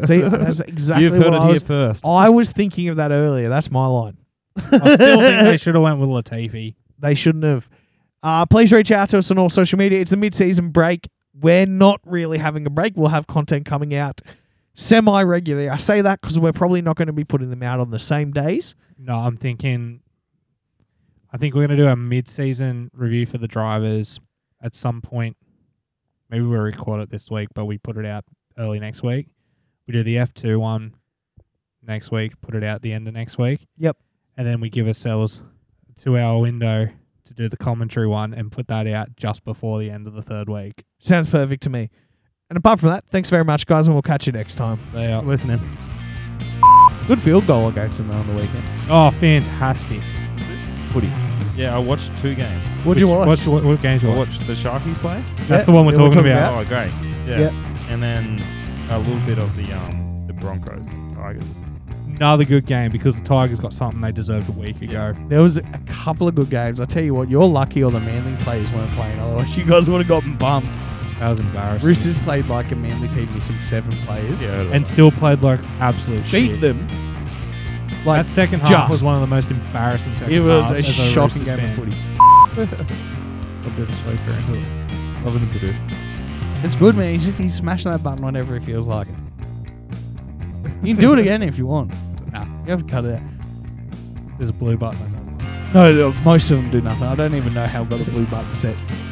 Speaker 1: See, that's exactly
Speaker 3: You've heard
Speaker 1: what
Speaker 3: it
Speaker 1: I
Speaker 3: here
Speaker 1: was.
Speaker 3: first.
Speaker 1: I was thinking of that earlier. That's my line.
Speaker 2: I still think they should have went with Latifi.
Speaker 1: They shouldn't have. Uh, please reach out to us on all social media. It's a mid-season break. We're not really having a break. We'll have content coming out semi-regularly. I say that because we're probably not going to be putting them out on the same days.
Speaker 2: No, I'm thinking. I think we're going to do a mid-season review for the drivers at some point. Maybe we'll record it this week, but we put it out early next week. We do the F2 one next week, put it out the end of next week.
Speaker 1: Yep.
Speaker 2: And then we give ourselves a two-hour window to do the commentary one and put that out just before the end of the third week.
Speaker 1: Sounds perfect to me. And apart from that, thanks very much, guys, and we'll catch you next time.
Speaker 2: So, yeah.
Speaker 3: listening.
Speaker 1: Good field goal against them on the weekend.
Speaker 2: oh, fantastic.
Speaker 1: Footy.
Speaker 3: Yeah, I watched two games.
Speaker 1: What do you watch?
Speaker 2: What's- what, what games you
Speaker 3: I
Speaker 2: watch?
Speaker 3: watched the Sharkies play.
Speaker 2: That's the one we're
Speaker 1: yeah,
Speaker 2: talking about.
Speaker 3: Oh, great. Yeah.
Speaker 1: Yeah.
Speaker 3: And then a little bit of the um the Broncos, Tigers.
Speaker 2: Another good game because the Tigers got something they deserved a week ago.
Speaker 1: There was a couple of good games. I tell you what, you're lucky all the Manly players weren't playing. Otherwise, you guys would have gotten bumped.
Speaker 2: That was embarrassing.
Speaker 1: Roosters played like a Manly team missing seven players.
Speaker 3: Yeah.
Speaker 2: and still played like absolute
Speaker 1: Beat
Speaker 2: shit.
Speaker 1: them.
Speaker 2: that
Speaker 1: Like
Speaker 2: second half was
Speaker 1: just.
Speaker 2: one of the most embarrassing second
Speaker 1: it was a
Speaker 2: halves as
Speaker 1: shocking
Speaker 2: Roosters
Speaker 1: game
Speaker 2: fan.
Speaker 1: of footy.
Speaker 2: A bit of smoke around here.
Speaker 3: loving the produce.
Speaker 1: It's good, man. He's, he's smashing that button whenever he feels like it. You can do it again if you want.
Speaker 2: Nah,
Speaker 1: You have to cut it out.
Speaker 2: there's a blue button.
Speaker 1: No, the- most of them do nothing. I don't even know how I got a blue button set.